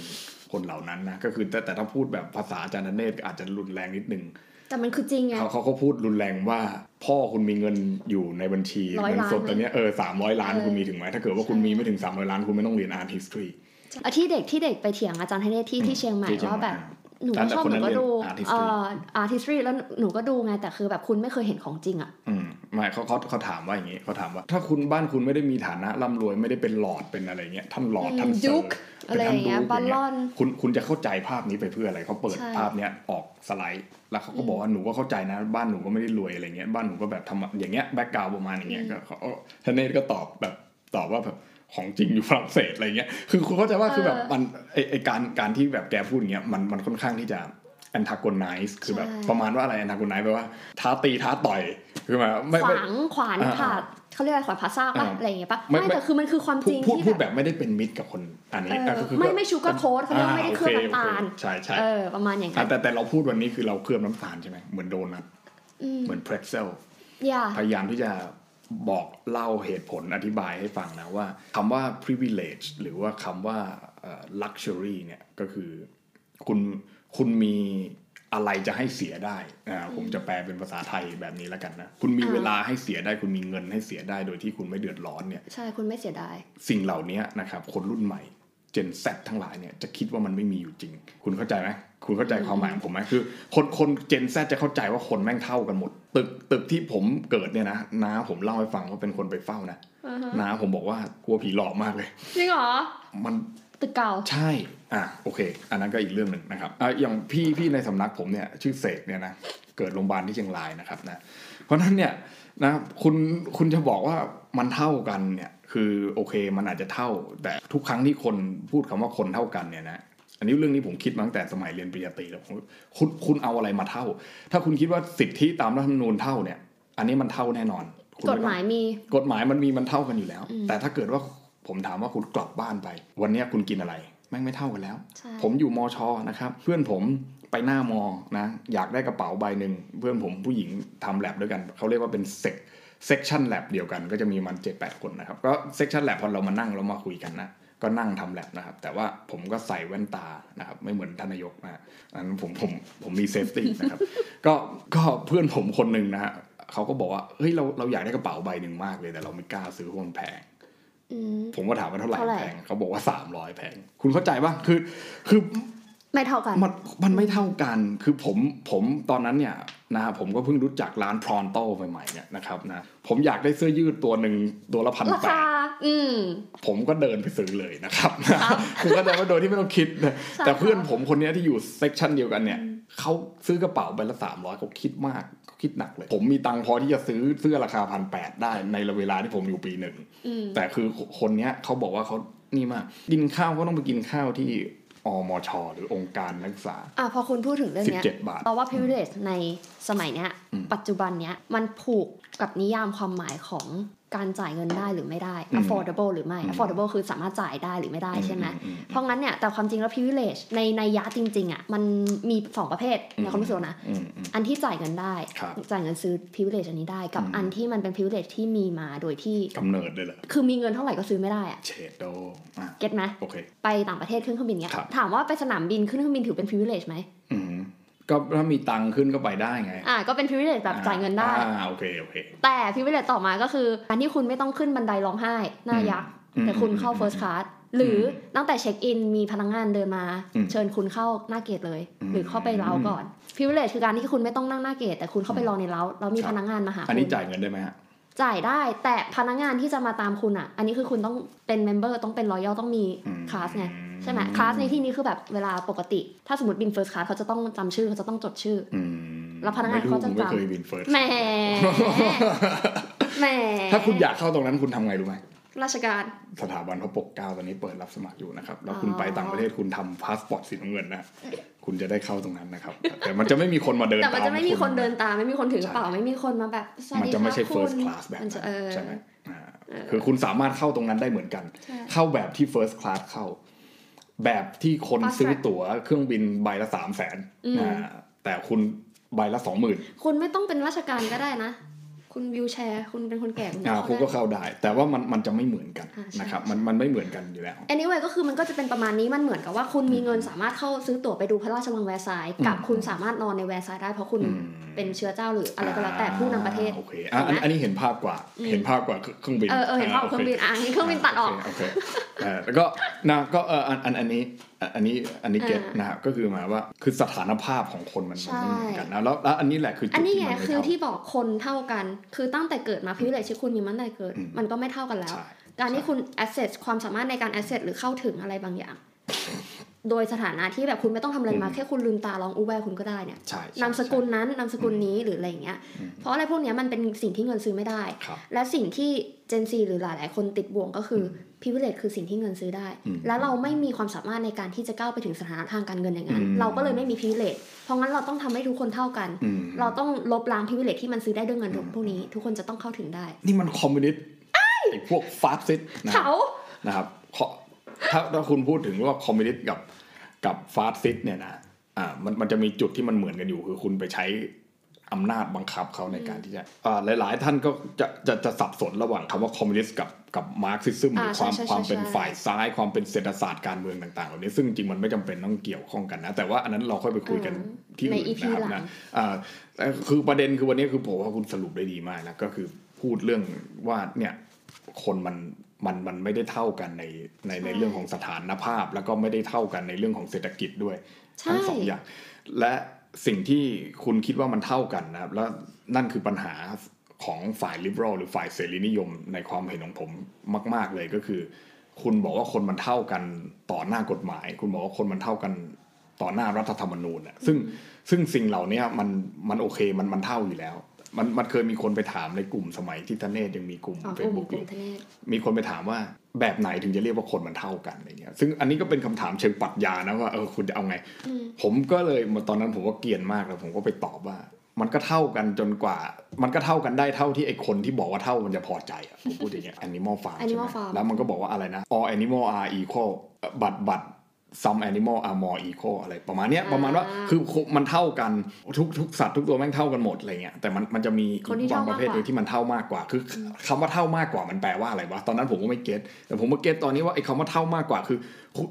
A: คนเหล่านั้นนะก็คือแต่แต่ถ้าพูดแบบภาษาอาจารย์นเนตรอาจจะรุนแรงนิดนึง
B: แต่มันคือจริงไง
A: เขาเขาก็พูดรุนแรงว่า พ่อคุณมีเงินอยู่ในบัญชี
B: ร้อย
A: เงินสด
B: ล้าน
A: ตอนเนี้ยเออสามร้อยล้าน
B: เออ
A: คุณมีถึงไหมถ้าเกิดว่าคุณมีไม่ถึงสามร้อยล้านคุณไม่ต้องเรียน art history
B: อ่ะที่เด็กที่เด็กไปเถียงอาจารย์ให้เนตรที่ที่เชียงใหม่
A: ที่เชียง
B: ว่า
A: ใหม่
B: แบบ
A: อ่ะ
B: หนูก็ชอ
A: แต่
B: บ
A: คน
B: ห
A: นั้น
B: นูก็ดู
A: เรียน Art History
B: เอ่อ art history แล้วหนูก็ดูไงแต่คือแบบคุณไม่เคยเห็นของจริงอ่ะ
A: อืมไม่เขาเขาเขาถามว่าอย่างนี้เขาถามว่า ถ้าคุณบ้านคุณไม่ได้มีฐานะร่ำรวยไม่ได้เป็นหลอร์ดเป็นอะไรเงี้ยท่านหลอร์ด
B: อืม
A: ท่านเซอ
B: ยุ
A: ร์
B: ค
A: ป็นท่าน
B: อะไรอย่างเงี้ย
A: ดู๊ก
B: บอลลอน
A: คุณคุณจะเข้าใจภาพนี้ไปเพื่ออะไรเขาเปิด
B: ใช่
A: ภาพเนี้ยออกสไลด์ แล้วเขาก็บอกว่าหนูก็เข้าใจนะ บ้านหนูก็ไม่ได้รวยอะไรเงี้ยบ้านหนูก็แบบทำอย่างเงี้ยแบ็กกราวประมาณอย่างเงี้ยก็เขาท่านเนตก็ตอบแบบตอบว่าแบบของจริงอยู่ฝรั่งเศสอะไรเงี้ยคือคุณเข้าใจว่าคือแบบมันไอไอการการที่แบบแกพูดอย่างเงี้ยมันมันค่อนข้างที่จะ antagonize คือแบบ
B: ใช่
A: ประมาณว่าอะไร antagonize แปลว่าท้าตีท้าต่อยคือหมายว่าไม่
B: ข
A: ไม่
B: วางขวาน
A: อ่า
B: ผ่าเขาเรียกอะไรขวานผ่าซากปะ
A: อ่า
B: อะไรอย่างเงี้ยปะ
A: ไม่
B: ไม่
A: ไม่
B: แต่คือมันคือความจ
A: พูด
B: ริง
A: พูดพู
B: ที่
A: ดแบบไม่ได้เป็นมิตรกับคนอันนี้
B: เออ
A: อ่ะก็คือ
B: ไม่ไม่ชูการ์โค้ดเขาเรียกว่าไม่ได้เคลือบน้ำตาล
A: อ่โอเคโอเคใช่ใช่
B: เออประมาณอย่าง
A: อ่ะ
B: นั้น
A: แต่แต่เราพูดวันนี้คือเราเคลือบน้ำตาลใช่ไหมเหมือนโดนัทเหมือนเพรสเซล
B: อย่า
A: พยายามที่จะบอกเล่าเหตุผลอธิบายให้ฟังนะว่าคำว่า privilege หรือว่าคำว่าเอ่อ luxury เนี่ยก็คือคุณคุณมีอะไรจะให้เสียได้อ่าผมจะแปลเป็นภาษาไทยแบบนี้แล้วกันนะคุณมีเวลาให้เสียได้คุณมีเงินให้เสียได้โดยที่คุณไม่เดือดร้อนเนี่ย
B: ใช่คุณไม่เสียดาย
A: สิ่งเหล่านี้นะครับคนรุ่นใหม่ Gen Z ทั้งหลายเนี่ยจะคิดว่ามันไม่มีอยู่จริง คุณเข้าใจไหมคุณเข้าใจความหมายของผมไหมคือ คนคน Gen Z จะเข้าใจว่าคนแม่งเท่ากันหมด ตึกตึกที่ผมเกิดเนี่ยนะน้าผมเล่าให้ฟังว่าเป็นคนไปเฝ้านะ
B: อือฮะ
A: น้าผมบอกว่ากลัวผีหลอกมากเลย
B: จริงเหรอ
A: มัน
B: ตึกเก่า
A: ใช่ อ่ะโอเค อันนั้นก็อีกเรื่องหนึ่งนะครับอ่ะอย่างพี่พี่ในสำนักผมเนี่ยชื่อเสกเนี่ยนะเกิดโรงพยาบาลที่เชียงรายนะครับนะเพราะฉะนั้นเนี่ยนะคุณคุณจะบอกว่ามันเท่ากันเนี่ย คือโอเคมันอาจจะเท่า แต่ทุกครั้งที่คนพูดคำว่าคนเท่ากันเนี่ยนะอันนี้เรื่องนี้ผมคิดมาตั้งแต่สมัยเรียนปริญญาตรีแล้วผมคุณคุณเอาอะไรมาเท่า ถ้าคุณคิดว่าสิทธิตามรัฐธรรมนูญเท่าเนี่ย อันนี้มันเท่าแน่นอนคุณ
B: ก
A: ไต้
B: ฎ
A: อง
B: หมายมี
A: กฎหมายมันมีมันเท่ากันอยู่แล้ว
B: อืม
A: แต่ถ้าเกิดว่าผมถามว่าคุณกลับบ้านไป วันเนี้ยคุณกินอะไรแม่งไม่เท่ากันแล้ว
B: ใช่
A: ผมอยู่มอชอนะครับ เพื่อนผมไปหน้ามอนะ อยากได้กระเป๋าใบหนึ่งเพื่อนผมผู้หญิงทำแลบด้วยกัน เขาเรียกว่าเป็นเซกเซกชันแลบเดียวกันก็จะมีมัน7จคนนะครับ ก็เซกชันแลบพอเรามานั่งเรามาคุยกันนะ ก็นั่งทำแลบนะครับ แต่ว่าผมก็ใส่แว่นตานะครับ ไม่เหมือนทานนายกนะฮะอันนั้นผมผมผมมีเซฟตี้นะครับ ก็ก็เพื่อนผมคนหนึ่งนะฮะเขาก็บอกว่าเฮ้ยเราเราอยากได้กระเป๋าใบหนึ่งมากเลยแต่เราไม่กล้าซื้อเพราะมันแพง
B: อืม
A: ผมก็ถามว่าเท่าไหร่
B: เท่าไหร่
A: แพงเขาบอกว่า 300 แพง คุณเข้าใจปะคือคือ
B: ไม่เท่ากัน
A: มันมันไม่เท่ากัน คือผมผมตอนนั้นเนี่ยนะฮะผมก็เพิ่งรู้จักร้านพรอนโตใหม่ๆเนี่ยนะครับนะผมอยากได้เสื้อยืดตัวหนึ่งตัวละพัน
B: รา
A: แป
B: คา
A: ด
B: อืม
A: ผมก็เดินไปซื้อเลยนะครับ
B: ครับ
A: คือเข้าใจว่าโดยที่ไม่ต้องคิดนะ
B: ใช่
A: แต่เพื่อน
B: ครับ
A: ผมคนเนี้ยที่อยู่เซกชันเดียวกันเนี่ยเขาซื้อกระเป๋าใบละสามร้อยเขาคิดมากเขาคิดหนักเลย ผมมีตังค์พอที่จะซื้อเสื้อราคาพันแปดได้ในเวลาที่ผมอยู่ปีหนึ่ง
B: อืม
A: แต่คือคนเนี้ยเขาบอกว่าเขานี่มาก กินข้าวก็ต้องไปกินข้าวที่อมช หรือองค์การนักศึกษา
B: อ่ะพอคุณพูดถึงเรื่องเนี้ย
A: 17 บาท
B: เราว่า privilege ในสมัยเนี้ย
A: อืม
B: ปัจจุบันเนี้ย มันผูกกับนิยามความหมายของการจ่ายเงินได้หรือไม่ได้
A: อืม
B: affordable หรือไม่ affordable คือสามารถจ่ายได้หรือไม่ได้ใช่ไหม
A: อืม
B: เพราะงั้นเนี่ย แต่ความจริงแล้ว privilege ในในยะจริง ๆ อ่ะ มันมีสองประเภทในความรู้สึกเรานะ
A: อืมอืม
B: อันที่จ่ายเงินได้
A: ครับ
B: จ่ายเงินซื้อ privilege อันนี้ได้ กับ
A: อืม
B: อันที่มันเป็น privilege ที่มีมาโดยที่
A: กำเนิดเลยเหรอ
B: คือมีเงินเท่าไหร่ก็ซื้อไม่ได้อะ
A: เชดโดอ่ะ
B: เก็ตไหม
A: โอเค
B: ไปต่างประเทศขึ้นเครื่องบินเงี้ย
A: ครับ
B: ถามว่าไปสนามบินขึ้นเครื่องบินถือเป็น privilege ไหม
A: อืมก็ถ้ามีตังค์ขึ้นก็ไปได้ไง
B: อ่ะก็เป็น privilege แบบจ่ายเงินได้
A: อ่าโอเคโอเค
B: แต่ privilege ต่อมาก็คือการที่คุณไม่ต้องขึ้นบันไดร้องไห้หน้ายักษ์
A: อืม
B: แต่คุณเข้า
A: อืม
B: first class หรือตั้งแต่เช็คอินมีพนักงานเดินมา
A: อืม
B: เชิญคุณเข้าหน้าเกตเลย
A: อืม
B: หรือเข้าไปเล้าก่อน privilege คือการที่คุณไม่ต้องนั่งหน้าเกต แต่คุณเข้าไปรอในเล้าแล้วมี
A: ครับ
B: พนักงานมาหา
A: อัน
B: คุ
A: นี้
B: ณ
A: จ่ายเงินได้ไหมฮะ
B: จ่ายได้ แต่พนักงานที่จะมาตามคุณอ่ะ อันนี้คือคุณต้องเป็น member ต้องเป็น loyal ต้องมี
A: อืม
B: คลาสไงใช่ไหมคลาสในที่นี้คือแบบเวลาปกติ ถ้าสมมติบิน first class เขาจะต้องจำชื่อเขาจะต้องจดชื่อ
A: อืม
B: แล้วพนักงาน
A: ไม่รู้
B: เขาจะ
A: ผมไม่
B: จำ
A: เคยบินเฟิร์ส
B: แหมแหม
A: ถ้าคุณอยากเข้าตรงนั้นคุณทำไงรู้ไหม
B: ราชการ
A: สถาบันพระปกเกล้าตอนนี้เปิดรับสมัครอยู่นะครับ แล้ว
B: อ๋อ
A: คุณไปต่างประเทศคุณทำพาสปอร์ตสีน้ำเงินนะคุณจะได้เข้าตรงนั้นนะครับ แต่มันจะไม่มีคนมาเดิน
B: แต่มัน
A: ตา
B: จะไม่มี
A: ณ
B: คนเดินตามไม่มีคนถือกระเป๋า
A: ใช่
B: ไม่มีคนมาแบบสวัส
A: มัน
B: ดี
A: จะ
B: ค
A: ไม่
B: รับ
A: ใช่
B: คุณ
A: first class แบบ
B: มันจะ
A: นั้น
B: เออ
A: ใช่ไหมอ่าคือคุณสามารถเข้าตรงนั้นได้เหมือนกัน
B: ใช่
A: เข้าแบบที่ first class เข้า แบบที่คน
B: Fast
A: ซื้อ
B: track
A: ตั๋วเครื่องบินใบละสามแสน
B: อืม
A: แต่คุณ ใบละสองหมื่น
B: คุณไม่ต้องเป็นราชการก็ได้นะ คุณวิวแชร์ คุณเป็นคนแก่คุณ
A: อ่า
B: เข้า
A: คุณก็
B: ได้
A: เข้าได้ แต่ว่ามันมันจะไม่เหมือนกัน
B: อ่าใช่
A: นะครับมันมันไม่เหมือนกันอยู่แล้ว
B: anyway ก็คือมันก็จะเป็นประมาณนี้มันเหมือนกับว่าคุณมีเงินสามารถเข้าซื้อตั๋วไปดูพระราชวังแวร์ซายน์กับ
A: อืม
B: คุณสามารถนอนในแวร์ซายน์ได้เพราะคุณ
A: อืม
B: เป็นเชื้อเจ้าหรืออะไรก็แล้วแต่ผู้นำประเทศ
A: อ่าโอเคอ่ะอัน
B: นะ
A: อันนี้เห็นภาพกว่า
B: อืม
A: เห็นภาพกว่าเครื่องบิน
B: เออเออเห็นภาพ
A: โ
B: เครื่องบินอ่ะงั้นเครื่องบินตัดออก
A: โอเคโอเคเออแล้วก็นะก็เอออันอันอันนี้อ่ะอันนี้อันนี้เก็ต
B: อ่าน
A: นะครับก็คือหมายว่าคือสถานภาพของคนมัน
B: ใช่
A: มันไม่เหมือนกันนะแล้วแล้วอันนี้แหละคือ
B: อั
A: จุ
B: น
A: ด
B: นี้
A: ที่
B: ไง
A: มันไม่
B: คือ
A: เท่า
B: ที่บอกคนเท่ากัน คือตั้งแต่เกิดมาพิเศษที่คุณมีมันตั้งแต่เกิด
A: อืม
B: มันก็ไม่เท่ากันแล้ว
A: ใช่
B: การที่คุณ access ความสามารถในการ access หรือเข้าถึงอะไรบางอย่าง โดยสถานะที่แบบคุณไม่ต้องทำอะไรมา
A: อืม
B: แค่คุณลืมตาลองอูแวร์คุณก็ได้เนี่ย
A: ใช่ใช่
B: นามสกุลนั้นนามสกุลนี้หรืออะไรอย่างเงี้ย
A: อืม
B: เพราะอะไรพวกเนี้ยมันเป็นสิ่งที่เงินซื้อไม่ได้
A: ครับ
B: และสิ่งที่ Gen Z หรือหลาย ๆ คนติดบ่วงก็คือ privilege คือสิ่งที่เงินซื้อได้
A: อืม
B: และเราไม่มีความสามารถในการที่จะก้าวไปถึงสถานะทางการเงินอย่างนั้น
A: อืม
B: เราก็เลยไม่มี privilege เพราะงั้นเราต้องทำให้ทุกคนเท่ากัน
A: อืม
B: เราต้องลบล้าง privilege ที่มันซื้อได้ด้วยเงิน
A: อืม
B: พวกนี้ ทุกคนจะต้องเข้าถึงได้
A: นี่มันคอมมิวนิสต์ไอ้พวกฟาสซิสต์นะ
B: เขา
A: นะครับขอถ้าถ้าคุณพูดถึงว่าคอมมิวนิสต์กับกับฟาสซิสต์เนี่ยนะอ่ามันมันจะมีจุดที่มันเหมือนกันอยู่คือคุณไปใช้อำนาจบังคับเขาในการที่จะอ่าหลาย ๆ ท่านก็จะจะจะสับสนระหว่างคำว่าคอมมิวนิสต์กับกับมาร์กซิซึมหรืออา ความ
B: ใช่ใช่
A: ความเป็น
B: ใช่
A: ฝ่ายซ้ายความเป็นเศรษฐศาสตร์การเมืองต่าง ๆ เหล่านี้ซึ่งจริงมันไม่จำเป็นต้องเกี่ยวข้องกันนะ แต่ว่าอันนั้นเราค่อยไปคุยกันที่
B: ใน
A: อื่น
B: EP
A: นะครับ
B: หลั
A: นะ
B: ง
A: อ่าแต่คือประเด็นคือวันนี้คือผมว่าคุณสรุปได้ดีมากนะก็คือพูดเรื่องว่าเนี่ยคนมันมันมันไม่ได้เท่ากันในในใน
B: ใช่
A: เรื่องของสถานภาพ แล้วก็ไม่ได้เท่ากันในเรื่องของเศรษฐกิจด้วย
B: ใช่
A: ทั้งสองอย่าง และสิ่งที่คุณคิดว่ามันเท่ากันนะครับแล้วนั่นคือปัญหาของฝ่ายลิเบอรัลหรือฝ่ายเสรีนิยมในความเห็นของผมมาก ๆเลยก็คือ คุณบอกว่าคนมันเท่ากันต่อหน้ากฎหมาย คุณบอกว่าคนมันเท่ากันต่อหน้ารัฐธรรมนูญอะซึ่ง ซึ่งสิ่งเหล่าเนี้ยมันมันโอเคมันมันเท่าอยู่แล้ว มันมันเคยมีคนไปถามในกลุ่มสมัยที่ทเนศยังมีกลุ่ม
B: อ๋อ
A: เฟ
B: ก
A: ซ
B: ลุ่ม
A: บุ๊ก
B: ก
A: อ
B: ลุ่ม
A: ยู่
B: ทะเนศ
A: มีคนไปถามว่าแบบไหนถึงจะเรียกว่าคนมันเท่ากันอะไรเงี้ยซึ่งอันนี้ก็เป็นคำถามเชิงปรัชญานะว่าเออคุณจะเอาไง
B: อืม
A: ผมก็เลยมาตอนนั้นผมก็เกลียนมากแล้วผมก็ไปตอบว่า มันก็เท่ากันจนกว่า มันก็เท่ากันได้เท่าที่ไอ้คนที่บอกว่าเท่ามันจะพอใจอะผมพูดอย่างเงี้ย animal farm ใช่ไห
B: Animal
A: ม
B: Farm
A: แล้วมันก็บอกว่าอะไรนะ all animal are equal บัตบัต some animal are more equal อะไรประมาณเนี้ย
B: อ่า
A: ประมาณว่าคือมันเท่ากันทุกทุกสัตว์ทุกตัวแม่งเท่ากันหมดอะไรเงี้ยแต่มันมันจะมี
B: คนที่
A: บา
B: เท่าง มากก
A: ประ
B: ว่า
A: เภทหนึ่งที่มันเท่ามากกว่า คือคำว่าเท่ามากกว่ามันแปลว่าอะไรวะตอนนั้นผมก็ไม่เก็ตแต่ผมมาเก็ตตอนนี้ว่าไอ้คำว่าเท่ามากกว่าคือ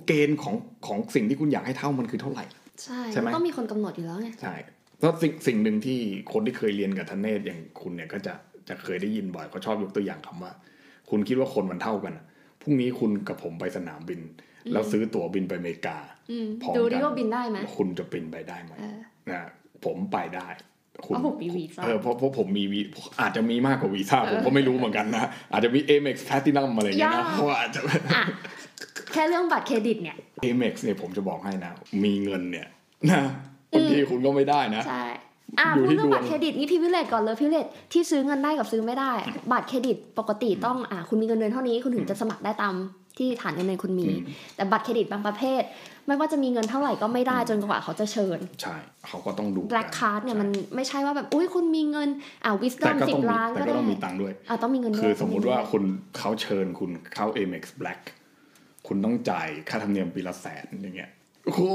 A: เกณฑ์ของของสิ่งที่คุณอยากให้เท่ามันคือเท่าไหร่
B: ใช่
A: ใช่ไหม
B: มันต้องมีคนกำหนดอยู่แล้วไง
A: ใช่เพราะสิ่งสิ่งหนึ่งที่คนที่เคยเรียนกับทเนศอย่างคุณเนี่ยก็จะจะเคยได้ยินบ่อยเขาชอบยกตัวอย่างคำว่า คุณคิดว่าคนมันเท่ากันอะพรุ่งนี้คุณกับผมไปสนามบิน
B: อืม
A: แล้วซื้อตั๋วบินไปอเมริกา
B: อืม
A: พร้อม
B: ดูดิ
A: กัน
B: ว่าบินได้ไหม
A: คุณจะบินไปได้ไหม
B: เออ
A: นะผมไปได้ คุณ
B: เพราะผมมีวีซ่า
A: เออเพราะเพราะผมมีวีอาจจะมีมากกว่าวีซ่า
B: เอ
A: ผ
B: อ
A: มก็ไม่รู้เหมือนกันนะอาจจะมี Amex Platinum อะไรอย่างเงี้ยนะ
B: ยาก
A: เพราะว่าอาจจะ
B: อ่ะแค่เรื่องบัตรเครดิตเนี่ย
A: Amex เนี่ยผมจะบอกให้นะ มีเงินเนี่ยนะบางทีคุณก็ไม่ได้นะ
B: ใช่ อ่ะ
A: อยู่
B: พูด
A: ที่
B: เรื่
A: ด
B: อ
A: ว
B: ง
A: ง
B: บัตรเครดิตนี่พิเวเลตก่อนเลยพิเวเลตที่ซื้อเงินได้กับซื้อไม่ได้ บัตรเครดิตปกติต้องอ่ะคุณมีเงินเดือนเท่านี้คุณถึงจะสมัครได้ตามที่ฐานเงินเดือนคุณมี
A: อืม
B: แต่บัตรเครดิตบางประเภท ไม่ว่าจะมีเงินเท่าไหร่ก็ไม่ได้จนกว่าเขาจะเชิญ
A: ใช่เขาก็ต้องดูกัน
B: black card เนี่ยมันไม่ใช่ว่าแบบอุ้ยคุณมีเงินอ่ะวิสด
A: แต่
B: อม
A: ก็
B: สิ
A: ต้อบ งมี
B: ล้าน
A: แต่
B: ก็
A: ก็
B: ได้
A: ต้องมีตังค์ด้วย
B: อ่ะต้องมีเงินด้วย
A: คือสมมุติว่า
B: ต้องเงินด้ย
A: คุณเขาเชิญคุณเข้า Amex Black คุณต้องจ่ายค่าธรรมเนียมปีละแสนอย่างเงี้ยคุณ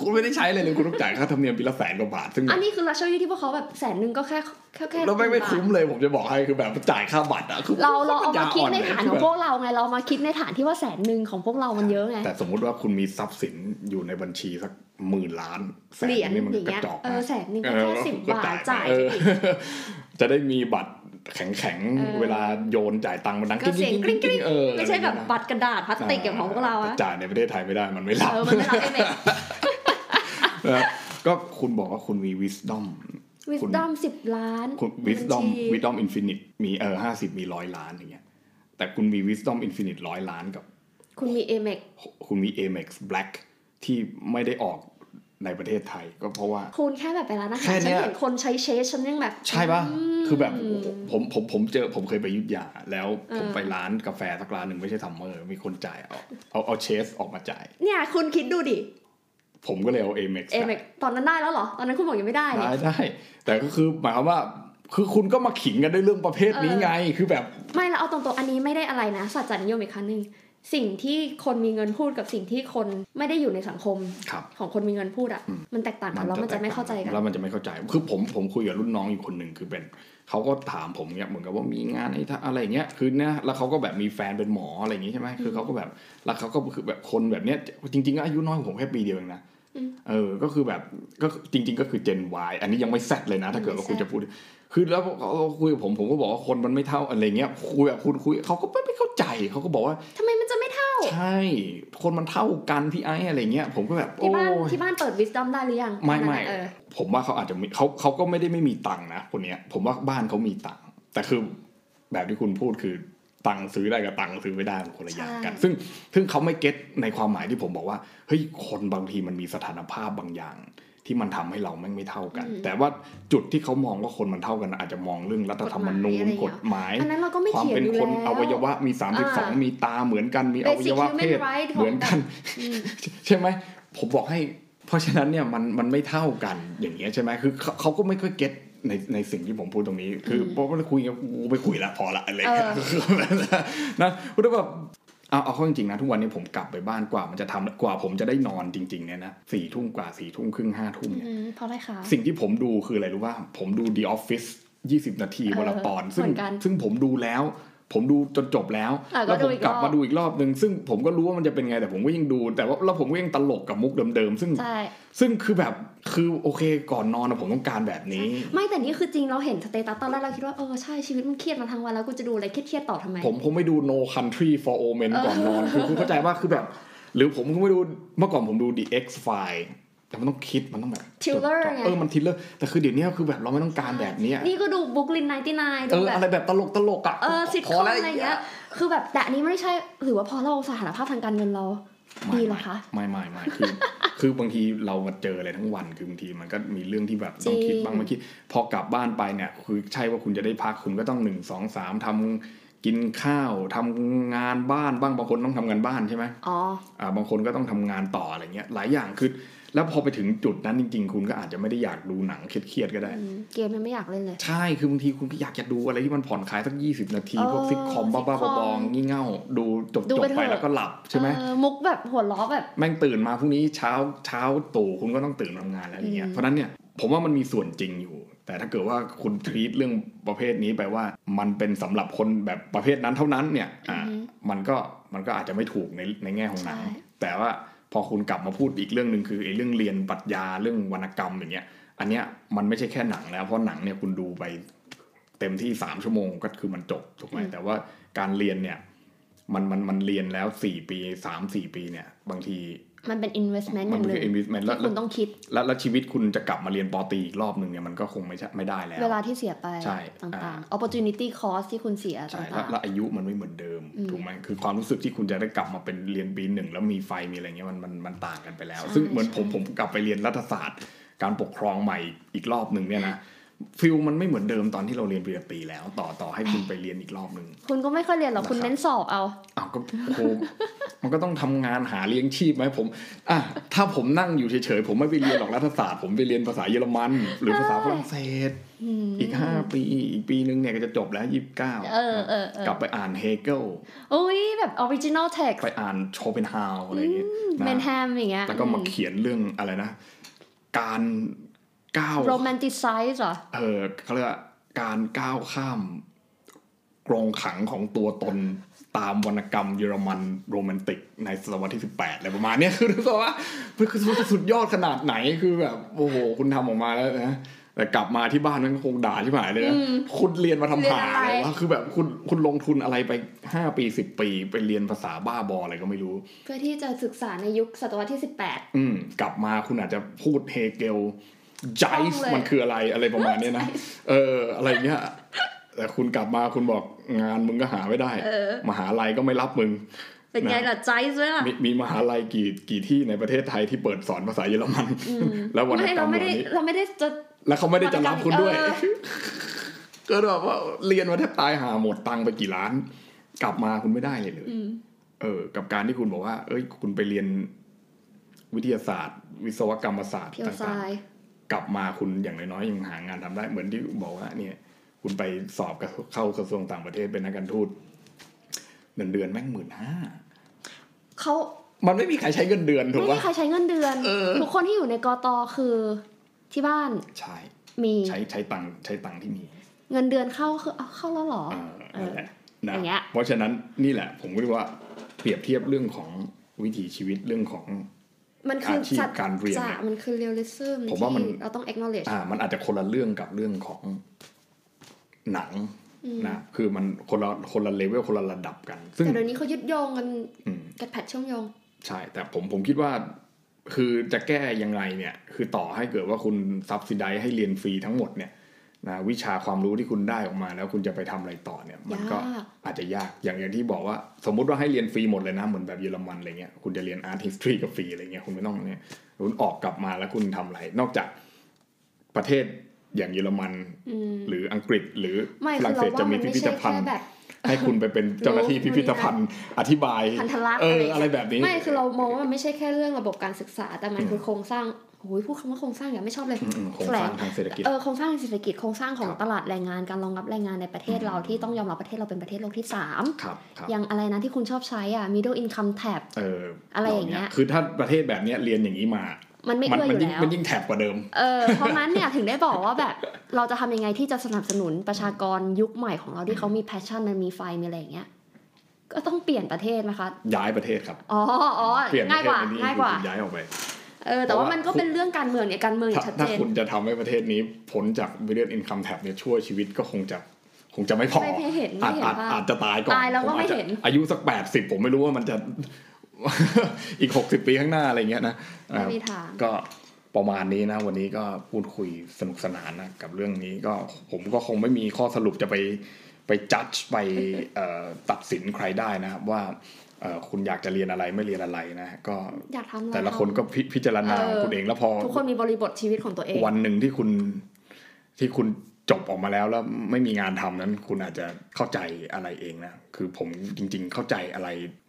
A: คุณไม่ได้ใช้เลยเลยคุณต้องจ่ายค่าธรรมเนียมปีละแสนกว่าบาทซึ่ง
B: อันนี้คือลักชัวรี่ที่พวกเขาแบบแสนหนึ่งก็แค่แค่แค่
A: แล้วไม่งไม่คุ้ม
B: หนึ่ง
A: เลยผ
B: บาท
A: มจะบอกให้คือแบบจ่ายค่าบัตรอะคือ
B: เราเราเอา
A: ปัญญ
B: มาคิดในฐานของพ
A: อ่
B: ว
A: อก
B: เราไงเรามาคิดในฐานที่ว่าแสนหนึ่งของพวกเรามันเยอะไง
A: แต่สมมุติว่าคุณมีทรัพย์สินอยู่ในบัญชีสักหมื่นล้านแสน
B: เหรียญ
A: นี่มัน
B: อ
A: ก็
B: ย่าง
A: กระ
B: เงี้ย
A: จอก
B: เอ
A: นะ
B: อแสนหนึ่งก็
A: เออ
B: แค่สิบบาทจ่าย
A: เออ
B: ไป
A: จะได้มีบัตรแข็ง
B: เออ
A: ๆ เวลาโยนจ่ายตังค์มันดัง
B: ก็เสียงกริ๊งกริ๊ง
A: เออ
B: อีกไม่ใช่แบบบัตรกระดาษพลาสติกอย่างของพวกเราอะ
A: แต่จ่ายในประเทศไทยไม่ได้มันไม่รับ
B: เออมันไม่รับได้เลย
A: นะก็คุณบอกว่าคุณมี wisdom
B: วิสดอมสิบล้าน
A: คุณ
B: บัญชี
A: wisdom wisdom infinite มีเออห้าสิบมีร้อยล้านอย่างเงี้ยแต่คุณมี wisdom infinite ร้อยล้านกับ
B: คุณมีเอเมก
A: คุณมี amex black ที่ไม่ได้ออกในประเทศไทยก็เพราะว่า
B: คุณแค่แบบไปร้านอาหา
A: แค่
B: ร
A: เนี้
B: ฉั
A: ย
B: นเห็นคนใช้เชสฉันยังแบบ
A: ใช่ป่ะ
B: อืม
A: คือแบบผมผมผมเจอผมเคยไปอยุทธยา แล้วผม
B: เออ
A: ไปร้านกาแฟสักร้านหนึ่งไม่ใช่ทัมเมอร์ มีคนจ่ายเอาเอาเอาเชสออกมาจ่าย
B: เนี่ยคุณคิดดูดิ
A: ผมก็เลยเอาเอเม็กซ์
B: เอเมกตอนนั้นได้แล้วเหรอ ตอนนั้นคุณบอกยังไม่ได้เนี่ย
A: ได้ได้ แต่ก็คือหมายความว่า คือคุณก็มาขิงกันด้วยเรื่องประเภทนี้ไง คือแบบ
B: ไม่เราเอาตรงๆอันนี้ไม่ได้อะไรนะสัจจานิยมอีกครั้งหนึ่ง สิ่งที่คนมีเงินพูดกับสิ่งที่คนไม่ได้อยู่ในสังคม
A: ครับ
B: ของคนมีเงินพูดอะ
A: อืม
B: มันแตกต่างกันแล้วมันจะไม่เข้าใจกัน
A: แล้วมันจะไม่เข้าใจคือผมผมคุยกับรุ่นน้องอยู่คนหนึ่งคือเป็นเขาก็ถามผมเนี้ยเหมือนกับว่ามีงานไอ้ท่าอะไรเงี้ยคือเนี่ยแล้วเขาก็แบบมีแฟนเป็นหมออะไรอย่างงี้ใช่ไหมคือเขาก็แบบแล้วเขาก็คือแบบคนแบบเนี้ยจริงๆก็อายุน้อยกว่าผมแค่ปีเดียวเองนะ
B: อืม
A: เออก็คือแบบก็จริง ๆ ก็คือ Gen Y อันนี้ยังไม่แซดเลยนะ ถ้าเกิดว่าคุณจะพูด คือแล้วเขาคุยกับผมผมก็บอกว่าคนมันไม่เท่าอะไรเงี้ยคุยแบบคุณคุยเขาก็ไม่ไม่เข้าใจเขาก็บอกว่า
B: ทำไมมันจะไม่เท่า
A: ใช่ คนมันเท่ากันพี่ไอ้อะไรเงี้ยผมก็แบบ
B: ที่
A: โอ้
B: บ้าน
A: ย
B: ที่บ้านเปิดวิสตอมได้หรือยัง
A: ไม่ไม่
B: เออ
A: ผมว่าเขาอาจจะมีเขาเขาก็ไม่ได้ไม่มีตังค์นะคนเนี้ย ผมว่าบ้านเขามีตังค์แต่คือแบบที่คุณพูดคือตังค์ซื้อได้กับตังค์ซื้อไม่ได้มันคนละอย่างกัน ซึ่งซึ่งเขาไม่เก็ตในความหมายที่ผมบอกว่าเฮ้ยคนบางทีมันมีสถานภาพบางอย่าง ที่มันทำให้เราแม่งไม่เท่ากัน แต่ว่าจุดที่เขามองว่าคนมันเท่ากัน อาจจะมองเรื่องรัฐธรรมนูญกฎหมาย
B: อันนั้นเราก็ไม่
A: ความ
B: เขียน
A: เป็น
B: อยู่
A: ค
B: แล้
A: น
B: ว
A: อวัยวะมี
B: อ่า
A: 32 มีตาเหมือนกันมีอ
B: Basic
A: วัยวะเพศ
B: human right ของ
A: เหมือนกัน
B: อืม
A: ใช่ไหมผมบอกให้ เพราะฉะนั้นเนี่ยมันมันไม่เท่ากันอย่างเงี้ยใช่ไหมคือเขาเขาก็ไม่ค่อยเก็ตในในสิ่งที่ผมพูดตรงนี้ คือ
B: อืม
A: พอเราคุยกันกูไปคุยละพอละอะไรเงี้ย
B: เออ
A: คือแบบ นั้นนะพูดแบบเอาเอาเข้าจริงๆนะทุกวันนี้ผมกลับไปบ้านกว่ามันจะทำกว่าผมจะได้นอนจริงๆเนี่ยนะสี่ทุ่มกว่าสี่ทุ่มครึ่งห้าทุ่มเนี่ย
B: อืมเพราะอะไรคะ
A: สิ่งที่ผมดูคืออะไรรู้ว่า ผมดู The Office 20 นาที
B: เออ
A: วันละตอน ซึ่ง
B: เหมือนกัน
A: ซึ่งผมดูแล้ว ผมดูจนจบแล้ว
B: อ่ะก็
A: แล้วผม
B: ดูอีก
A: กลับ
B: รอบ
A: มาดูอีกรอบหนึ่งซึ่งผมก็รู้ว่ามันจะเป็นไงแต่ผมก็ยังดู แต่ว่าแล้วผมก็ยังตลกกับมุกเดิมๆ ซึ่ง
B: ใช่
A: ซึ่งคือแบบคือโอเคก่อนนอนอะผมต้องการแบบนี้
B: ไม่แต่นี่คือจริงเราเห็นสเตตัสตอนแรกเราคิดว่าเออใช่ชีวิตมันเครียดมาทั้งวันแล้วกูจะดูอะไรเครียดๆต่อทำไม
A: ผมผมไม่ดู No Country for Old Men
B: เออ
A: ก่อนนอน คือคุณเข้าใจว่าคือแบบ หรือผมก็ไม่ดูเมื่อก่อนผมดู The X File แต่มันต้องคิดมันต้องแบบ
B: Thriller ไง
A: เออมันทิลเลอร์แต่คือเดี๋ยวนี้คือแบบเราไม่ต้องการแบบเนี้ย
B: นี่ก็ดูบุ๊กลินไนตี้นาย
A: เอ
B: ดู
A: อ
B: แบ
A: อะ
B: บ
A: ไรแบบตลกตลกๆอ่ะ
B: เออซิท
A: พ
B: คอม
A: แล้ว
B: อะไรเงี้ย คือแบบแต่อันนี้ไม่ใช่หรือว่าเพอเราสถานภาพทางการเงินเรา
A: ไม่
B: ดีเหรอคะ
A: ไม่ไม่ ไม่คือ คือบางทีเรามาเจออะไรทั้งวันคือบางทีมันก็มีเรื่องที่แบบต้องคิด
B: จริง
A: บ้างไม่คิด พอกลับบ้านไปเนี่ย คือใช่ว่าคุณจะได้พักคุณก็ต้องหนึ่งสองสามทำกินข้าวทำงานบ้านบ้างบางคนต้องทำงานบ้านใช่ไหม
B: อ๋อ
A: อ่าบางคนก็ต้องทำงานต่ออะไรเงี้ยหลายอย่างคือ แล้วพอไปถึงจุดนั้นจริง ๆ คุณก็อาจจะไม่ได้อยากดูหนังเครียดๆก็ได้
B: อืมเกมยังไม่อยากเล่นเลย
A: ใช่คือบางทีคุณก็อยากจะดูอะไรที่มันผ่อนคลายสัก 20 นาที
B: เออ
A: พวกซิทคอมบ้าๆ
B: sitcom
A: บอๆงี่เง่าดูจบ
B: ดู
A: จบ
B: ไป
A: ไป
B: เถอะ
A: แล้วก็หลับใช่ไหม
B: เออมุกแบบหัวล้อแบบ
A: แม่งตื่นมาพรุ่งนี้เช้าเช้าตู่คุณก็ต้องตื่นมาทำงานแล้วอย่างเงี้ย
B: อืม
A: เพราะฉะนั้นเนี่ยผมว่ามันมีส่วนจริงอยู่ แต่ถ้าเกิดว่าคุณทรีตเรื่องประเภทนี้ไปว่า มันเป็นสำหรับคนแบบประเภทนั้นเท่านั้นเนี่ยอ่า
B: อือฮึ
A: มันก็มันก็อาจจะไม่ถูกในในแง่ของหนัง
B: ใช่
A: แต่ว่าพอคุณกลับมาพูดอีกเรื่องหนึ่งคือไอ้เรื่องเรียนปรัชญาเรื่องวรรณกรรมอย่างเงี้ยอันเนี้ยมันไม่ใช่แค่หนังแล้วเพราะหนังเนี่ยคุณดูไปเต็มที่สามชั่วโมงก็คือมันจบถูกไหมแต่ว่าการเรียนเนี่ยมันมันมันเรียนแล้วสี่ปีสามสี่ปีเนี่ยบางที
B: มันเป็น investment อ
A: มัน
B: ย่างห
A: คื
B: นึ่
A: อ
B: ง
A: investment แล้ว
B: ที่คุณต้องคิด
A: แล้วแล้วชีวิตคุณจะกลับมาเรียนปอตรีอีกรอบหนึ่งเนี่ยมันก็คงไม่ใช่ไม่ได้แล้ว
B: เวลาที่เสียไป
A: ใช่
B: ต่า
A: อ่า
B: งๆ opportunity cost ที่คุณเสีย
A: ใช่แล้
B: ต่าวง
A: แล้วอายุมันไม่เหมือนเดิม
B: อืม
A: ถูกไหมคือความรู้สึกที่คุณจะได้กลับมาเป็นเรียนปีหนึ่งแล้วมีไฟมีอะไรเงี้ยมันมันมันต่างกันไปแล้ว
B: ใช่
A: ซึ่งเหมือนผม
B: ใช่
A: ผมกลับไปเรียนรัฐศาสตร์ การปกครองใหม่อีกรอบหนึ่งเนี่ยนะฟิลมันไม่เหมือนเดิมตอนที่เราเรียนปริญญาตรีแล้ว ต่อต่อให้คุณไปเรียนอีกรอบหนึ่ง
B: ๆ คุณก็ไม่ค่อยเรียนหรอก
A: นะครับ
B: คุณเน้นสอบเอา
A: อ้าวก็โอ้โห มันก็ต้องทำงานหาเลี้ยงชีพไหมผมอ่ะถ้าผมนั่งอยู่เฉยๆผมไม่ไปเรียนหรอกรัฐศาสตร์ผมไปเรียนภาษาเยอรมัน หรือภาษาฝรั่งเศส
B: อืม
A: อีกห้าปีอีกปีนึงเนี่ยก็จะจบแล้วยี่สิบเก้า
B: เออเออเออก
A: ลับไปอ่านเฮเกล
B: อุ้ยแบบ original text
A: ไปอ่านโชเปนฮาวอะไรอย่างเงี้ย
B: แมนแฮ
A: นะ
B: มอย่างเงี้ย
A: แล้วก็มาเขียนเรื่องอะไรนะ การก้าว
B: โรแมนติไซส์เหรอ
A: เออเขาเรียกว่าการก้าวข้ามกรงขังของตัวตนตามวรรณกรรมเยอรมันโรแมนติกในศตวรรษที่ 18อะไรประมาณเนี้ย คือรู้สึกว่ามันคือสุดยอดขนาดไหนคือแบบโอ้โห คุณทำออกมาแล้วนะแต่กลับมาที่บ้านมันก็คงด่าที่หมายเลยนะ
B: อืม
A: คุณเรียนมา
B: เรียน
A: ทำหา
B: อะไร
A: เลยวะคือแบบคุณคุณลงทุนอะไรไปห้าปีสิบปีไปเรียนภาษาบ้าบออะไรก็ไม่รู้
B: เพื่อที่จะศึกษาในยุคศตวรรษที่
A: อืมกลับมาคุณอาจจะพูดเฮเกลจ
B: ต้อง
A: ส์
B: เลย
A: มันคืออะไรอะไรประมาณเนี้ยนะ เออ อะไรเงี้ยแต่คุณกลับมาคุณบอกงานมึงก็หาไม่ได้
B: 18 เออ
A: มหาลัยก็ไม่รับมึง
B: เป็นไงล่ะใจด้วยล่ะ
A: มีมีมหาลัยกี่กี่ที่ในประเทศไทยที่เปิดสอนภาษาเยอรมัน
B: อืม
A: แล้ววรรณก
B: ไม่
A: ร
B: เรา
A: รมเห
B: ไม่
A: ล่า
B: ได้
A: นี้
B: เราไม่ได้จะ
A: แล้วเขาไม่ได้จะรับคุณด้วย
B: เออ
A: ก็แบบว่าเรียนมาแทบตายหาหมดตังค์ไปกี่ล้าน กลับมาคุณไม่ได้เลยเลย
B: อืม
A: เออ กับการที่คุณบอกว่า เอ้ย คุณไปเรียนวิทยาศาสตร์ วิศวกรรมศาสตร์
B: เพียวไซ
A: ต่าง
B: ด์
A: ๆ กลับมาคุณอย่างน้อยๆยังหางานทำได้ เหมือนที่บอกว่า เนี่ย คุณไปสอบกับเข้ากระทรวงต่างประเทศเป็นนักการทูตเงินเดือนแม่งหมื่นห้า
B: เขา
A: มันไม่มีใครใช้เงินเดือนถูก
B: ไม่มี
A: ปะ
B: ใครใช้เงินเดือน
A: เออ
B: ทุกคนที่อยู่ในกอตอคือที่บ้าน
A: ใช่
B: มี
A: ใช้ใช้ตังค์ใช้ตังค์ที่มี
B: เงินเดือนเข้าคือเอาเข้าแล้วเหรอ
A: อ่า
B: เออ
A: นั่นแหละนะ
B: อย่างเงี้ย
A: เพราะฉะนั้นนี่แหละ ผมก็เลยว่าเปรียบเทียบเรื่องของวิถีชีวิตเรื่องของ
B: มันคือ
A: อาชีพ
B: สัจ
A: การเรียน
B: จะมันคือเรียลลิซึม
A: ผมว่ามัน
B: ที่เราต้อง acknowledge
A: อ่ามันอาจจะคนละเรื่องกับเรื่องของหนัง
B: อืม
A: นะคือมันคนละคนละเลเวลคนละระดับกัน ซึ่ง
B: แต่เดี๋ยวนี้เขายึดโยงกัน
A: อืม
B: กัดแพทเชื่อมโยง
A: ใช่ แต่ผมผมคิดว่า คือจะแก้ยังไงเนี่ย คือต่อให้เกิดว่าคุณซับซิไดให้เรียนฟรีทั้งหมดเนี่ยนะวิชาความรู้ที่คุณได้ออกมา แล้วคุณจะไปทำอะไรต่อเนี่ย มันก็
B: ยาก
A: อาจจะยากอย่างอย่างที่บอกว่า สมมุติว่าให้เรียนฟรีหมดเลยนะ เหมือนแบบเยอรมันอะไรเงี้ยคุณจะเรียนอาร์ตฮิสตรีกับฟรีอะไรเงี้ยคุณไม่ต้องเนี่ยคุณออกกลับมาแล้วคุณทำอะไร นอกจากประเทศอย่างเยอรมัน
B: อืม
A: หรืออังกฤษหรือ
B: ไม่
A: ฝ
B: คื
A: รั่
B: อง
A: เศ
B: เรา
A: ส
B: ว่า
A: จะมี
B: มัน
A: พิ
B: ไม่
A: พิธ
B: ใช่
A: ภัณ
B: แค่
A: ฑ์
B: แบบ
A: ให้คุณไปเป็นเจ้าหน้าที่พิพิธภัณฑ์ อธิบาย
B: พันธลักษณ์
A: เออ
B: อะไรอ
A: อะ
B: ย่างเงี้ย
A: ไรแบบนี้
B: ไม่คือเรามองว่ามันไม่ใช่แค่เรื่องระบบการศึกษา แต่มัน
A: อืม
B: คือโครงสร้างโอ้ยพูดคำว่าโครงสร้างอย่าไม่ช อบเลย
A: อืมโครงสร้างทางเศรษฐกิจ
B: เออโครงสร้างเศรษฐกิจโครงสร้างของ
A: ครับ
B: ตลาดแรงงานการรองรับแรงงานในประเทศ
A: อืม
B: เราที่ต้องยอมรับประเทศเราเป็นประเทศโลกที่สาม
A: ครับครับ
B: อย่างอะไรนะที่คุณชอบใช้อ่ะ middle income tab
A: เอออะไร
B: อย่างเงี้ย
A: คือถ้าประเทศแบบเนี้ยเรียนอย่างนี้มา
B: มันไม่
A: มั
B: เอื้ออ
A: มั
B: ยู่
A: ยิ่ง
B: แล้ว
A: มันยิ่งแถบกว่าเดิม
B: เออเพราะงั้นเนี่ยถึงได้บอกว่าแบบเราจะทำยังไงที่จะสนับสนุนประชากรยุคใหม่ของเราที่เขามี passion มันมีไฟมีอะไรอย่างเงี้ยก็ต้องเปลี่ยนประเทศไหมคะ
A: ย้ายประเทศครับ
B: อ๋ออ๋อ
A: เปลี่ยนประ
B: ง่าย
A: เทศ
B: กว่า
A: อันนี้
B: ง่าย
A: คื
B: ก
A: อ
B: ว่า
A: คุณย้ายออกไป
B: เออแต่ว่ามันก็
A: เพราะว่า
B: เป็นเรื่องการเมืองเนี่ยการเมือง
A: ถ้า
B: ชัด
A: ถ้า
B: เจน
A: คุณจะทำให้ประเทศนี้ผลจาก m i d d l e income tab เนี่ยชั่วชีวิตก็คงจะคงจะไม่พอ
B: ไม่เห็น
A: อา
B: ไม่
A: จ
B: เห็น
A: อาจ
B: ภา
A: อา
B: พ
A: จจะตายก่อน
B: ตายแล้ว
A: ผอจ
B: ก็
A: จะ
B: ไม่เห็น
A: อายุสักแปดสิบผมไม่รู้ว่ามันจะ อีกหกสิบปีข้างหน้าอะไรเงี้ยนะเอ
B: ไม่
A: อ
B: มีทาง
A: ก็ประมาณนี้นะ วันนี้ก็พูดคุยสนุกสนานนะกับเรื่องนี้ก็ผมก็คงไม่มีข้อสรุปจะไปไปจัด ไปเอ่อตัดสินใครได้นะครับว่าเอ่อคุณอยากจะเรียนอะไรไม่เรียนอะไรนะก็
B: อยากทำอะไร
A: แต่ละคน
B: ทำ
A: ก็พิพจารณาของ
B: เออ
A: คุณเองแล้วพอ
B: ทุกคนมีบริบทชีวิตของตัวเอง
A: วันหนึ่งที่คุณที่คุณจบออกมาแล้วแล้วไม่มีงานทำนั้น คุณอาจจะเข้าใจอะไรเองนะคือผมจริง ๆ เข้าใจอะไร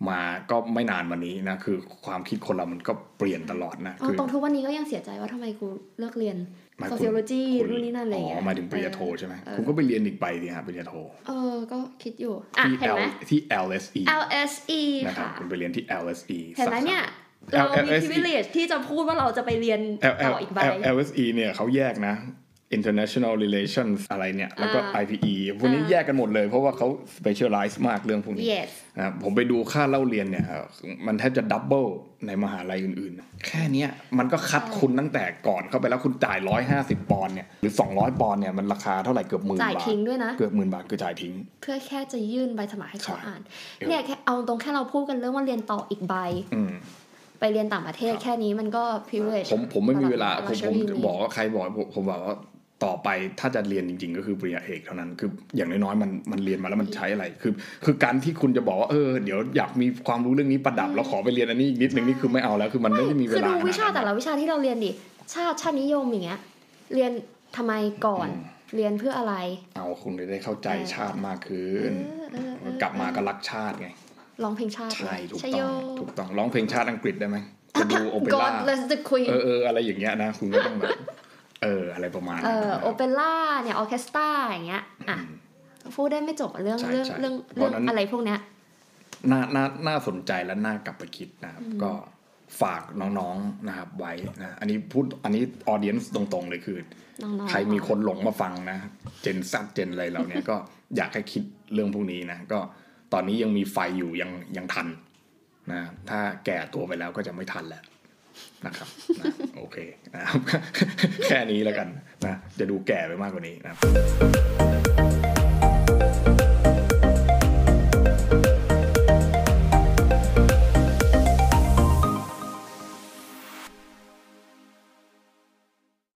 A: มาก็ไม่นานมานี้นะคือความคิดคนเรามันก็เปลี่ยนตลอดนะ
B: เอา
A: คือ
B: ตรงทุกวันนี้ก็ยังเสียใจว่าทำไมกูเลิกเรียน
A: หมายคุณ
B: sociology
A: คุณ
B: นู่นนี่นั่นอะไรอย่างเงี้ย
A: หมายถึงปริญญาโทใช่ไหมคุณ
B: เออ
A: ก็ไปเรียนอีกไปดีฮะปริญญาโท
B: เออ ก็คิดอยู่ อ่ะ
A: ที่
B: เห็น
A: L
B: ไหม
A: ที่ LSE
B: LSE
A: นะครับ
B: ค่ะ
A: คุณไปเรียนที่ LSE
B: เห็น
A: สา
B: ไหม
A: ขา
B: เนี่ย
A: L-
B: เรา
A: L-
B: มี
A: LSE
B: privilege ที่จะพูดว่าเราจะไปเรียน
A: L
B: ต่
A: L
B: ออีกใบ
A: L LSE เนี่ยเขาแยกนะ International Relations อะไรเนี่ย แล้วก็
B: อ่า
A: IPE พวกนี้
B: อ่า
A: แยกกันหมดเลยเพราะว่าเขา specialize มากเรื่องพวกนี้
B: yes
A: นะครับผมไปดูค่าเล่าเรียนเนี่ยเอ่อมันแทบจะดับเบิลในมหาลัยอื่นๆนะแค่เนี้ยมันก็คัด
B: ใช่
A: คุณตั้งแต่ก่อนเข้าไปแล้วคุณจ่าย 150 ปอนด์เนี่ยหรือ 200 ปอนด์เนี่ยมันราคาเท่าไหร่เกือบหมื่น
B: จ่าย
A: บาท
B: ทิ้งด้วยนะ
A: เกือบหมื่นบาทคือจ่ายทิ้ง
B: เพื่อแค่จะยื่นใบสมัครให้เขา
A: ใช่
B: อ่าน
A: เออ
B: เนี่ยแค่เอาตรงแค่เราพูดกันเรื่องว่าเรียนต่ออีกใบ
A: อืม
B: ไปเรียนต่างประเทศ
A: ครับ
B: แค่นี้มันก็ privilege
A: ผมผมไม่มีเวลาผ
B: สำหรับ
A: มผม
B: luxury นี้
A: บอกว่าใครบอกผมผมบอกว่าต่อไปถ้าจะเรียนจริง ๆ ก็คือปริญญาเอกเท่านั้นคืออย่างน้อยๆมันมันเรียนมาแล้วมันใช้อะไรคือ คือการที่คุณจะบอกว่าเออเดี๋ยวอยากมีความรู้เรื่องนี้ประดับแล้วขอไปเรียนอันนี้อีกนิดนึงนี่คือไม่เอาแล้วคือมันไม่ได้มีเว
B: คือ
A: ลา
B: ดู
A: ขน
B: วิชา
A: ด
B: แต่
A: นั้น
B: ละวิชาที่เราเรียนดิ ชาติชาตินิยมอย่างเงี้ย เรียนทำไมก่อน
A: อืม
B: เรียนเพื่ออะไร
A: เอาคุณจะได้เข้าใจ
B: เออ
A: ชาติมากขึ้น
B: เออเออเออก
A: ลับมาก็รักชาติไง
B: ร้องเพลงชาติ
A: ใช่ถูก
B: ใช่
A: ต้
B: โย
A: องถูกต้องร้องเพลงชาติอังกฤษ ได้ไหมจะดูโอเปร่า
B: God bless the Queen
A: เออเอออะไรอย่างเงี้ยนะคุณก็ต้องแบบเอออะไรประมาณ
B: เอ
A: นั้น
B: อโอเปร่าเนี่ยออเคสตราอย่างเงี้ยอ่ะพูดได้ไม่จบอะเรื่อง
A: ใช่
B: เรื่อง
A: ใช่
B: เรื่อง
A: เพ
B: เรื่
A: ราะ
B: อง
A: นั้น
B: อะไรพวกเนี้ย
A: น่าน่าน่าสนใจและน่ากลับไปคิดนะครับ ก็ฝากน้องๆนะครับไว้นะอันนี้พูดอันนี้ออเดียนตรงๆเลยคือ
B: น้องๆ
A: ใครมีคนหลงมาฟังนะเจนซับเจนอะไรเหล่าเนี้ย ก็อยากให้คิดเรื่องพวกนี้นะ ก็ตอนนี้ยังมีไฟอยู่ยังยังทันนะถ้าแก่ตัวไปแล้วก็จะไม่ทันแล้วนะครับนะ โอเคนะครับ แค่นี้แล้วกันนะจะดูแก่ไปมากกว่านี้นะครับ